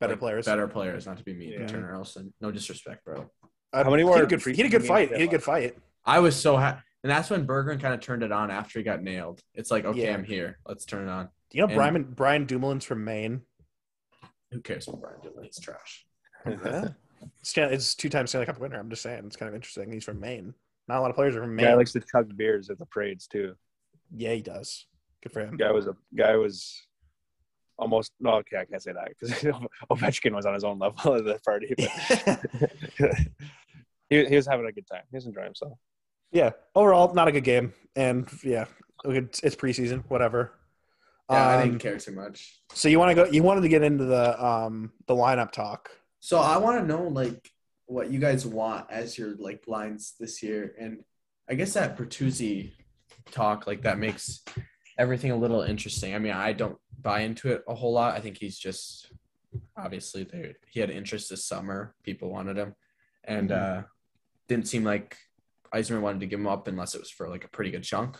better
like,
players.
better players, not to be mean
Yeah.
to Turner Elson. No disrespect, bro.
Uh,
How many
He
more
had a good, he had a good
preseason
fight. He
games
had a good fight.
I was so happy, and that's when Bergeron kind of turned it on after he got nailed. It's like, okay,
Yeah.
I'm here. Let's turn it on.
Do you know
And-
Brian Brian Dumoulin's from Maine?
Who cares about Brian Dillon? He's trash.
Uh-huh.
Stan, it's two time Stanley Cup winner. I'm just saying it's kind of interesting. He's from Maine. Not a lot of players are from Maine.
guy likes to chug beers at the parades too.
yeah, he does. Good for him.
Guy was a guy was almost no. Okay, I can't say that because Ovechkin was on his own level at the party. But he, he was having a good time. He was enjoying himself.
yeah. Overall, not a good game. And yeah, we could- it's preseason. Whatever.
Yeah, I
Um,
didn't care too much.
So you want to go? You wanted to get into the um the lineup talk.
So I want to know like what you guys want as your like lines this year, and
I guess that Bertuzzi talk like that makes everything a little interesting. I mean, I don't buy into it a whole lot. I think he's just obviously they he had interest this summer. People wanted him, and uh, didn't seem like Eisner wanted to give him up unless it was for like a pretty good chunk.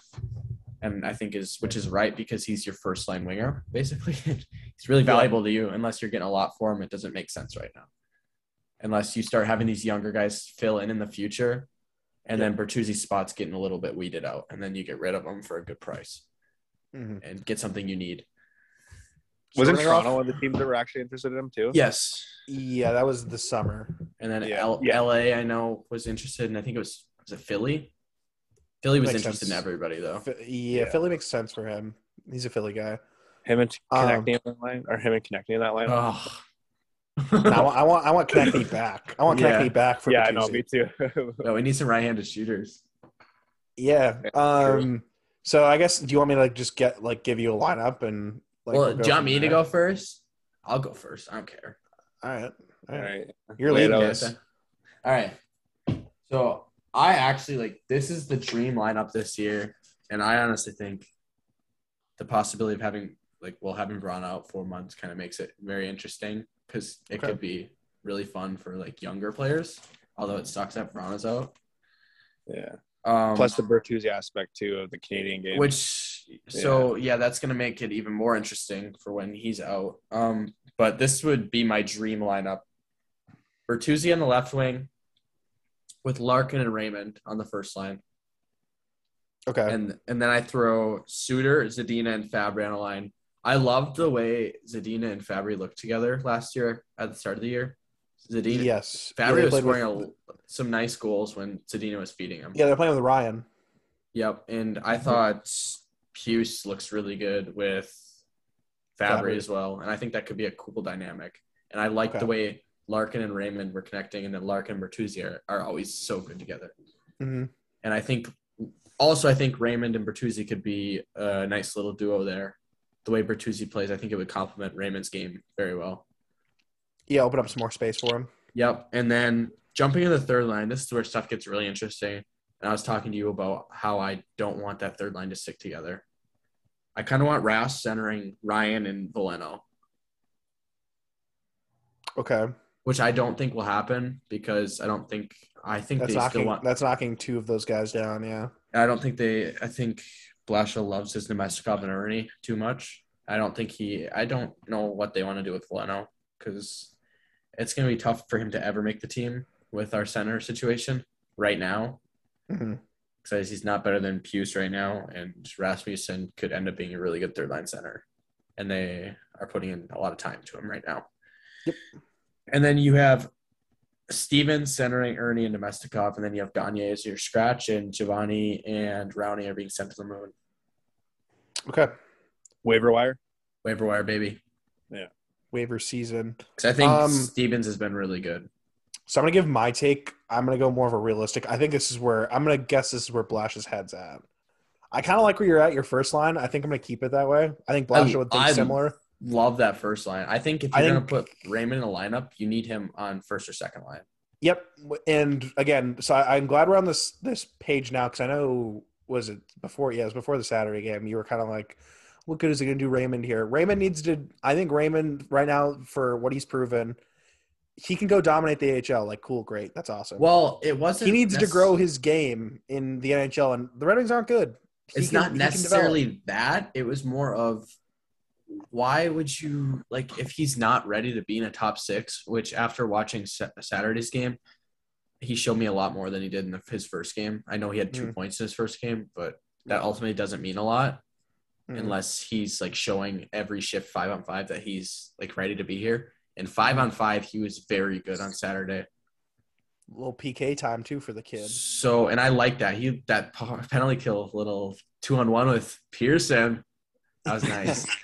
And I think is which is right because he's your first line winger basically. he's really valuable to you unless you're getting a lot for him. It doesn't make sense right now, unless you start having these younger guys fill in in the future and then Bertuzzi's spot's getting a little bit weeded out, and then you get rid of him for a good price
Mm-hmm.
and get something you need.
Was it
Sure.
Toronto one of the teams that were actually interested in him too?
Yes,
Yeah, that was the summer.
and then
Yeah.
L-
Yeah.
LA, I know was interested, and I think it was was it Philly. Philly was
Makes
interested in
sense.
everybody though.
Ph- yeah,
Yeah.
Philly makes sense for him. He's a Philly guy.
Him and
Um,
connecting in that line, or him and connecting in that line.
Oh.
And I want, I want, I want Konechny back. I want
Yeah.
Konechny back for
yeah,
Bertuzzi.
I know. Me too.
we need some right-handed shooters.
Yeah.
true.
Um. So I guess do you want me to like just get like give you a lineup and like
well, do you want
from
me to
there?
go first? I'll go first. I don't care.
All right. All
All
right.
right.
You're
Lay it
leading
out.
this.
Okay. All right. So I actually like this is the dream lineup this year, and I honestly think the possibility of having like well having Braun out four months kind of makes it very interesting because it
Okay.
could be really fun for like younger players. Although it sucks that Braun is out.
Yeah.
Um,
Plus the Bertuzzi aspect too of the Canadian game.
which so yeah. that's gonna make it even more interesting for when he's out. Um, but this would be my dream lineup: Bertuzzi on the left wing, with Larkin and Raymond on the first line,
Okay.
and and then I throw Suter, Zadina, and Fabry on a line. I loved the way Zadina and Fabry looked together last year at the start of the year. Zadina,
yes. Yeah,
Fabry
they
was
played with-
scoring a, some nice goals when Zadina was feeding him.
Yeah, they're playing with Ryan.
Yep, and I
Mm-hmm.
thought Puce looks really good with Fabry,
Fabry.
as well, and I think that could be a cool dynamic. And I like
Okay.
the way Larkin and Raymond were connecting, and then Larkin and Bertuzzi are, are always so good together.
hmm
And I think also I think Raymond and Bertuzzi could be a nice little duo there. The way Bertuzzi plays, I think it would complement Raymond's game very well.
Yeah, open up some more space for him.
Yep. And then jumping in the third line, this is where stuff gets really interesting. And I was talking to you about how I don't want that third line to stick together. I kind of want Rass centering Ryan and Valeno,
Okay.
which I don't think will happen because I don't think I think
That's
they still
knocking.
want.
That's knocking two of those guys down. Yeah.
I don't think they. I think Blasha loves his Nemestikov and Ernie too much. I don't think he. I don't know what they want to do with Valeno because it's going to be tough for him to ever make the team with our center situation right now.
hmm
because he's not better than Puce right now, and Rasmussen could end up being a really good third line center, and they are putting in a lot of time to him right now.
Yep.
And then you have Stevens centering Ernie and Domestikov, and then you have Gagne as your scratch, and Giovanni and Rowney are being sent to the moon.
Okay.
Waiver wire.
Waiver wire, baby.
Waiver season.
'Cause I think
Um,
Stevens has been really good.
So I'm gonna give my take. I'm gonna go more of a realistic. I think this is where I'm gonna guess this is where Blash's head's at. I kind of like where you're at your first line. I think I'm gonna keep it that way. I think Blash
I-
would think
I'm-
similar.
Love that first line. I think if
I
you're going
think-
to put Raymond in a lineup, you need him on first or second line.
Yep. And again, so I, I'm glad we're on this this page now because I know was it before? Yeah, it was before the Saturday game. You were kind of like, "What good is he going to do Raymond here?" Raymond needs to. I think Raymond right now for what he's proven, he can go dominate the AHL. Like, cool, great, that's awesome.
Well, it wasn't.
he needs to
necess-
grow his game in the NHL, and the Red Wings aren't good. He
It's
can-
not
he can develop.
necessarily that. It was more of why would you like if he's not ready to be in a top six? Which after watching Sa- Saturday's game, he showed me a lot more than he did in the, his first game. I know he had two
Mm.
points in his first game, but
Yeah.
that ultimately doesn't mean a lot
Mm.
unless he's like showing every shift five on five that he's like ready to be here. And five on five, he was very good on Saturday.
little PK time too for the kid.
So, and I like that he that p- penalty kill little two on one with Pearson. That was nice.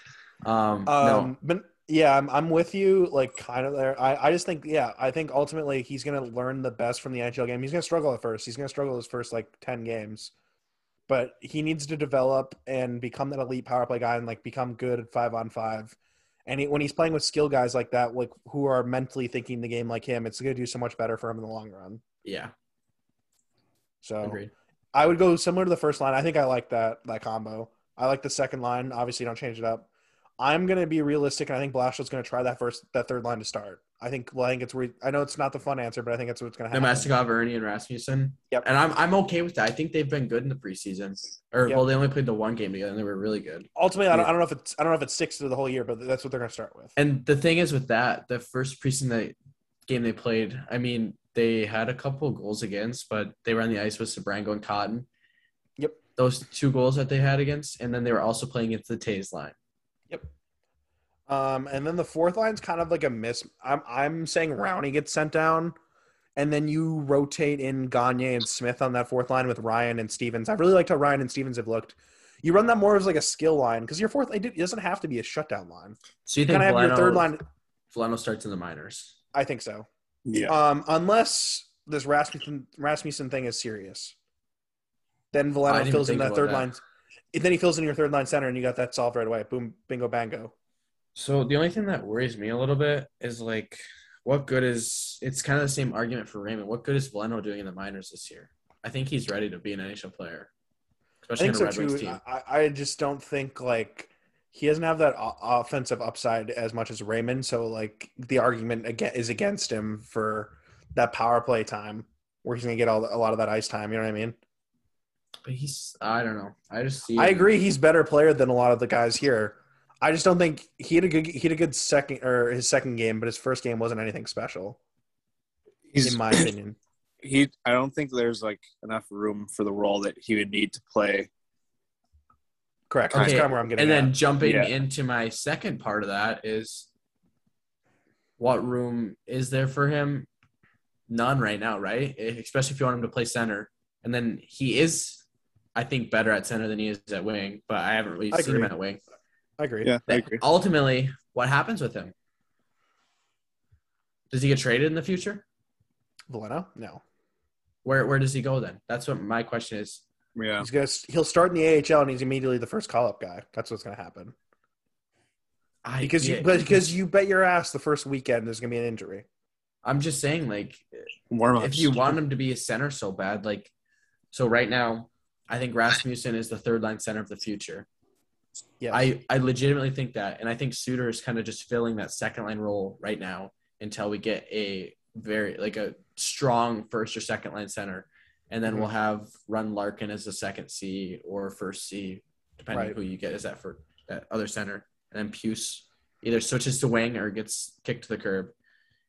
um, no,
Um, but yeah, I'm, I'm with you. Like, kind of there. I, I just think, yeah, I think ultimately he's gonna learn the best from the NHL game. He's gonna struggle at first. He's gonna struggle his first like ten games, but he needs to develop and become that elite power play guy and like become good at five on five. And he, when he's playing with skill guys like that, like who are mentally thinking the game like him, it's gonna do so much better for him in the long run.
yeah,
So
agreed.
I would go similar to the first line. I think I like that that combo. I like the second line. Obviously, don't change it up. I'm gonna be realistic, and I think Blashill's gonna try that first, that third line to start. I think. Well, I think it's. Re- I know it's not the fun answer, but I think that's what's gonna happen.
Domestikov, Ernie, and Rasmussen.
Yep.
And I'm I'm okay with that. I think they've been good in the preseason. Or
Yep.
well, they only played the one game together, and they were really good.
Ultimately, I don't, I don't know if it's. I don't know if it sticks to the whole year, but that's what they're gonna start with.
And the thing is with that, the first preseason they, game they played, I mean, they had a couple of goals against, but they were on the ice with Sabrango and Cotton.
Yep.
Those two goals that they had against, and then they were also playing against the Tays line.
Um, and then the fourth line's kind of like a miss. I'm I'm saying Rowney gets sent down, and then you rotate in Gagne and Smith on that fourth line with Ryan and Stevens. I really liked how Ryan and Stevens have looked. You run that more as like a skill line because your fourth it did- it doesn't have to be a shutdown line.
So you
Kind
think
of have your
Volano,
third line.
Volano starts in the minors?
I think so.
Yeah.
Um, unless this Rasmussen Rasmussen thing is serious, then
I
Valeno
didn't
fills in
think
that
about
third
that.
line. And then he fills in your third line center, and you got that solved right away. Boom, bingo, bango.
So the only thing that worries me a little bit is like, what good is? It's kind of the same argument for Raymond. What good is Volano doing in the minors this year? I think he's ready to be an NHL player,
I
especially
think
in a
so
Red Wings
too.
team.
I, I just don't think like he doesn't have that o- offensive upside as much as Raymond. So like the argument again is against him for that power play time where he's gonna get all, a lot of that ice time. You know what I mean?
But he's, I don't know. I just see.
I
him-
agree he's better player than a lot of the guys here. I just don't think he had a good he had a good second or his second game, but his first game wasn't anything special
He's,
in my opinion.
he. I don't think there's like enough room for the role that he would need to play.
Correct. That's
Okay,
kind of where I'm getting.
and then
at.
jumping
Yeah.
into my second part of that is what room is there for him? None right now, right? Eh, Especially if you want him to play center. And then he is, I think, better at center than he is at wing, but I haven't really
I
seen him
agree.
at wing.
I agree.
Yeah, I agree.
Ultimately, what happens with him? Does he get traded in the future?
Valeno? No.
Where where does he go then? That's what my question is.
Yeah.
He's gonna he'll start in the AHL and he's immediately the first call up guy. That's what's gonna happen.
I,
Because you
yeah,
because you bet your ass the first weekend there's gonna be an injury.
I'm just saying, like,
Warm ups.
if you want him to be a center so bad, like, so right now, I think Rasmussen is the third line center of the future.
Yeah.
I, I legitimately think that. And I think Suter is kind of just filling that second line role right now until we get a very, like, a strong first or second line center. And then
Mhm.
we'll have Run Larkin as the second C or first C, depending
Right.
who you get as that, for, that other center. And then Puce either switches to wing or gets kicked to the curb.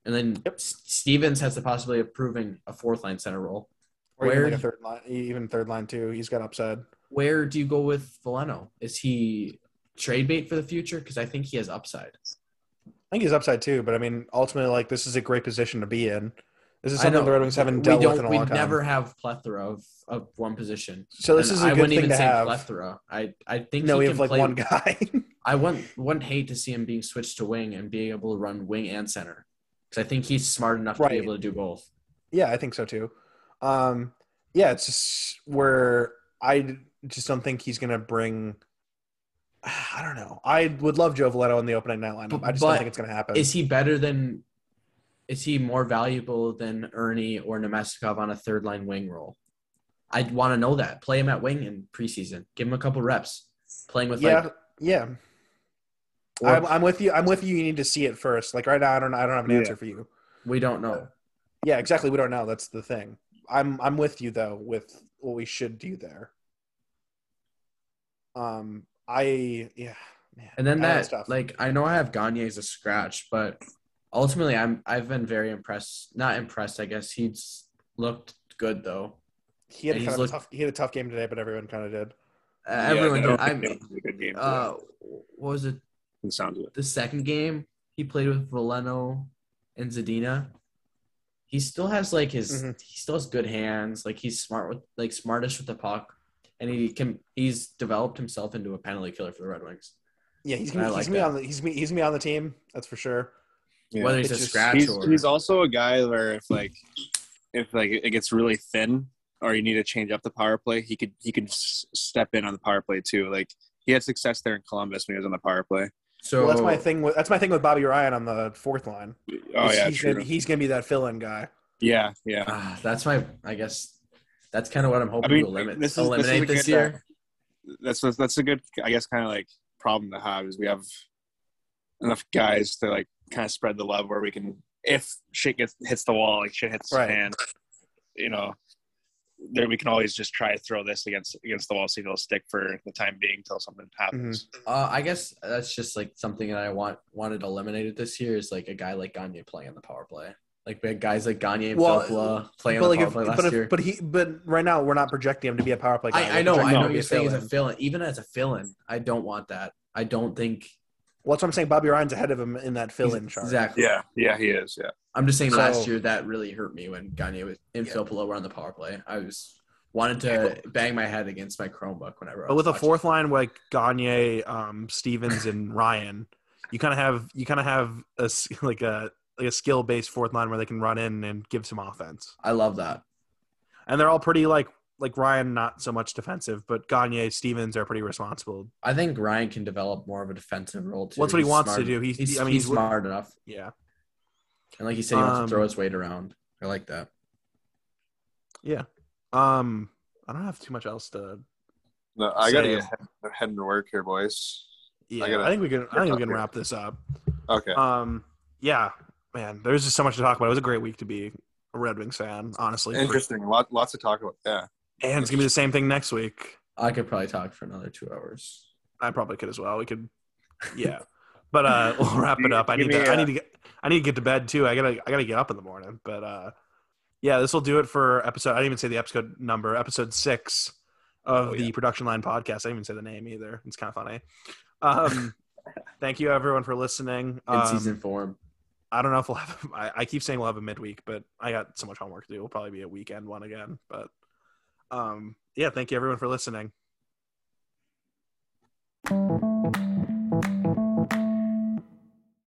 And then
Yep.
S- Stevens has the possibility of proving a fourth line center role.
Or even
Where-
like a third line e, even third line too. He's got upside.
Where do you go with Valeno? Is he trade bait for the future? Because I think he has upside.
I think he's upside too, but I mean, ultimately, like this is a great position to be in. This is
I
something
know.
the Red Wings haven't
we
dealt with
don't.
in a
we
long time.
never have plethora of, of one position.
so this
And
is a
I
good
wouldn't
thing
even
to
say
have.
plethora. I I think
No,
he
we
can
have like
play-
one guy.
I want wouldn't hate to see him being switched to wing and being able to run wing and center because I think he's smart enough to
Right.
be able to do both.
yeah, I think so too. Um, yeah, it's just where I just don't think he's gonna bring. I don't know. I would love Joe Valeto in the opening night lineup. I just don't
But
think it's gonna happen.
Is he better than? Is he more valuable than Ernie or Nemestikov on a third line wing role? I'd want to know that. Play him at wing in preseason. Give him a couple reps. Playing with
yeah,
like
yeah.
or-
I'm, I'm with you. I'm with you. You need to see it first. Like right now, I don't. I don't have an
Yeah.
answer for you.
we don't know.
Yeah, exactly. We don't know. That's the thing. I'm I'm with you though with what we should do there. Um, I yeah, man.
And then
I know
that
it's tough.
like I know I have Gagne as a scratch, but ultimately I'm I've been very impressed. Not impressed, I guess. He's looked good though.
he had
and
kind
he's
of
looked-
a tough. He had a tough game today, but everyone kind of did.
Uh, everyone
yeah,
did.
I don't
I'm
think that was a good game.
uh what was it?
the sound of it.
the second game he played with Valeno and Zadina. He still has like his
Mhm.
he still has good hands. Like he's smart with like smartish with the puck, and he can he's developed himself into a penalty killer for the Red Wings.
Yeah, he's
And I
gonna,
like
he's gonna be
that.
on the he's gonna be- he's gonna be on the team. That's for sure.
Yeah.
Whether he's
It's
a
just-
scratch
he's,
or
he's also a guy where if like if like it gets really thin or you need to change up the power play, he could he could s- step in on the power play too. Like he had success there in Columbus when he was on the power play.
so
Well, that's my thing. With, that's my thing with Bobby Ryan on the fourth line.
Oh
Is
yeah,
he's
true.
gonna, he's gonna be that fill-in guy.
yeah, yeah.
Ah, that's my I guess that's kind of what I'm hoping
I mean,
to limit,
this is- this is a
eliminate this,
good, uh,
year.
That's that's, that's a good I guess kind of like problem to have is we have enough guys to like kind of spread the love where we can if shit gets hits the wall like shit hits the
Right.
fan, you know. There we can always just try to throw this against against the wall, see if it'll stick for the time being until something happens.
Uh, I guess that's just like something that I want wanted eliminated this year is like a guy like Gagne playing the power play. Like we had guys like Gagne and
Well,
Filppula playing
but
the
like,
power
if,
play last
but if,
year.
but he but right now we're not projecting him to be a power play. Guy. We're
I, I know, I
projecting him
know
to be
you're saying as a
fill-in.
fill-in, even as a fill-in, I don't want that. I don't think
Well, that's what I'm saying. Bobby Ryan's ahead of him in that fill-in chart.
exactly.
Yeah, yeah, he is. Yeah,
I'm just saying
So-
last year that really hurt me when Gagne was and Phil Pillow were on the power play. I was wanted to bang my head against my Chromebook whenever. I
But
was
with a
watching.
fourth line like Gagne, um, Stevens, and Ryan, you kind of have you kind of have a s- like a like a skill based fourth line where they can run in and give some offense.
I love that.
And they're all pretty like like Ryan, not so much defensive, but Gagne, Stevens are pretty responsible.
I think Ryan can develop more of a defensive role too.
That's what he
He's
wants to
smart.
do. He's-
he's,
I mean,
he's
he's-
smart enough,
Yeah,
and like he said, he wants
Um,
to throw his weight around. I like that.
um, I don't have too much else to.
no, I gotta
Same.
get head- heading to work here, boys.
Yeah, I,
gotta-
think we can. I think we can
Okay.
wrap this up.
Okay,
Um, yeah, man, there's just so much to talk about. It was a great week to be a Red Wings fan, honestly.
interesting. Lot, lots to talk about. Yeah,
And it's gonna be the same thing next week.
I could probably talk for another two hours.
I probably could as well. We could, yeah. But uh, we'll wrap it up. I
Give
need
me uh,
to. I
a-
need to get. I need to get to bed too. I gotta. I gotta get up in the morning. But uh, yeah, this will do it for episode. I didn't even say the episode number. Episode six of
Oh,
the production line podcast. I didn't even say the name either. It's kind of funny. Um, thank you everyone for listening.
In
Um,
season form,
I don't know if we'll have. I, I keep saying we'll have a midweek, but I got so much homework to do. We'll probably be a weekend one again. But um, yeah, thank you everyone for listening.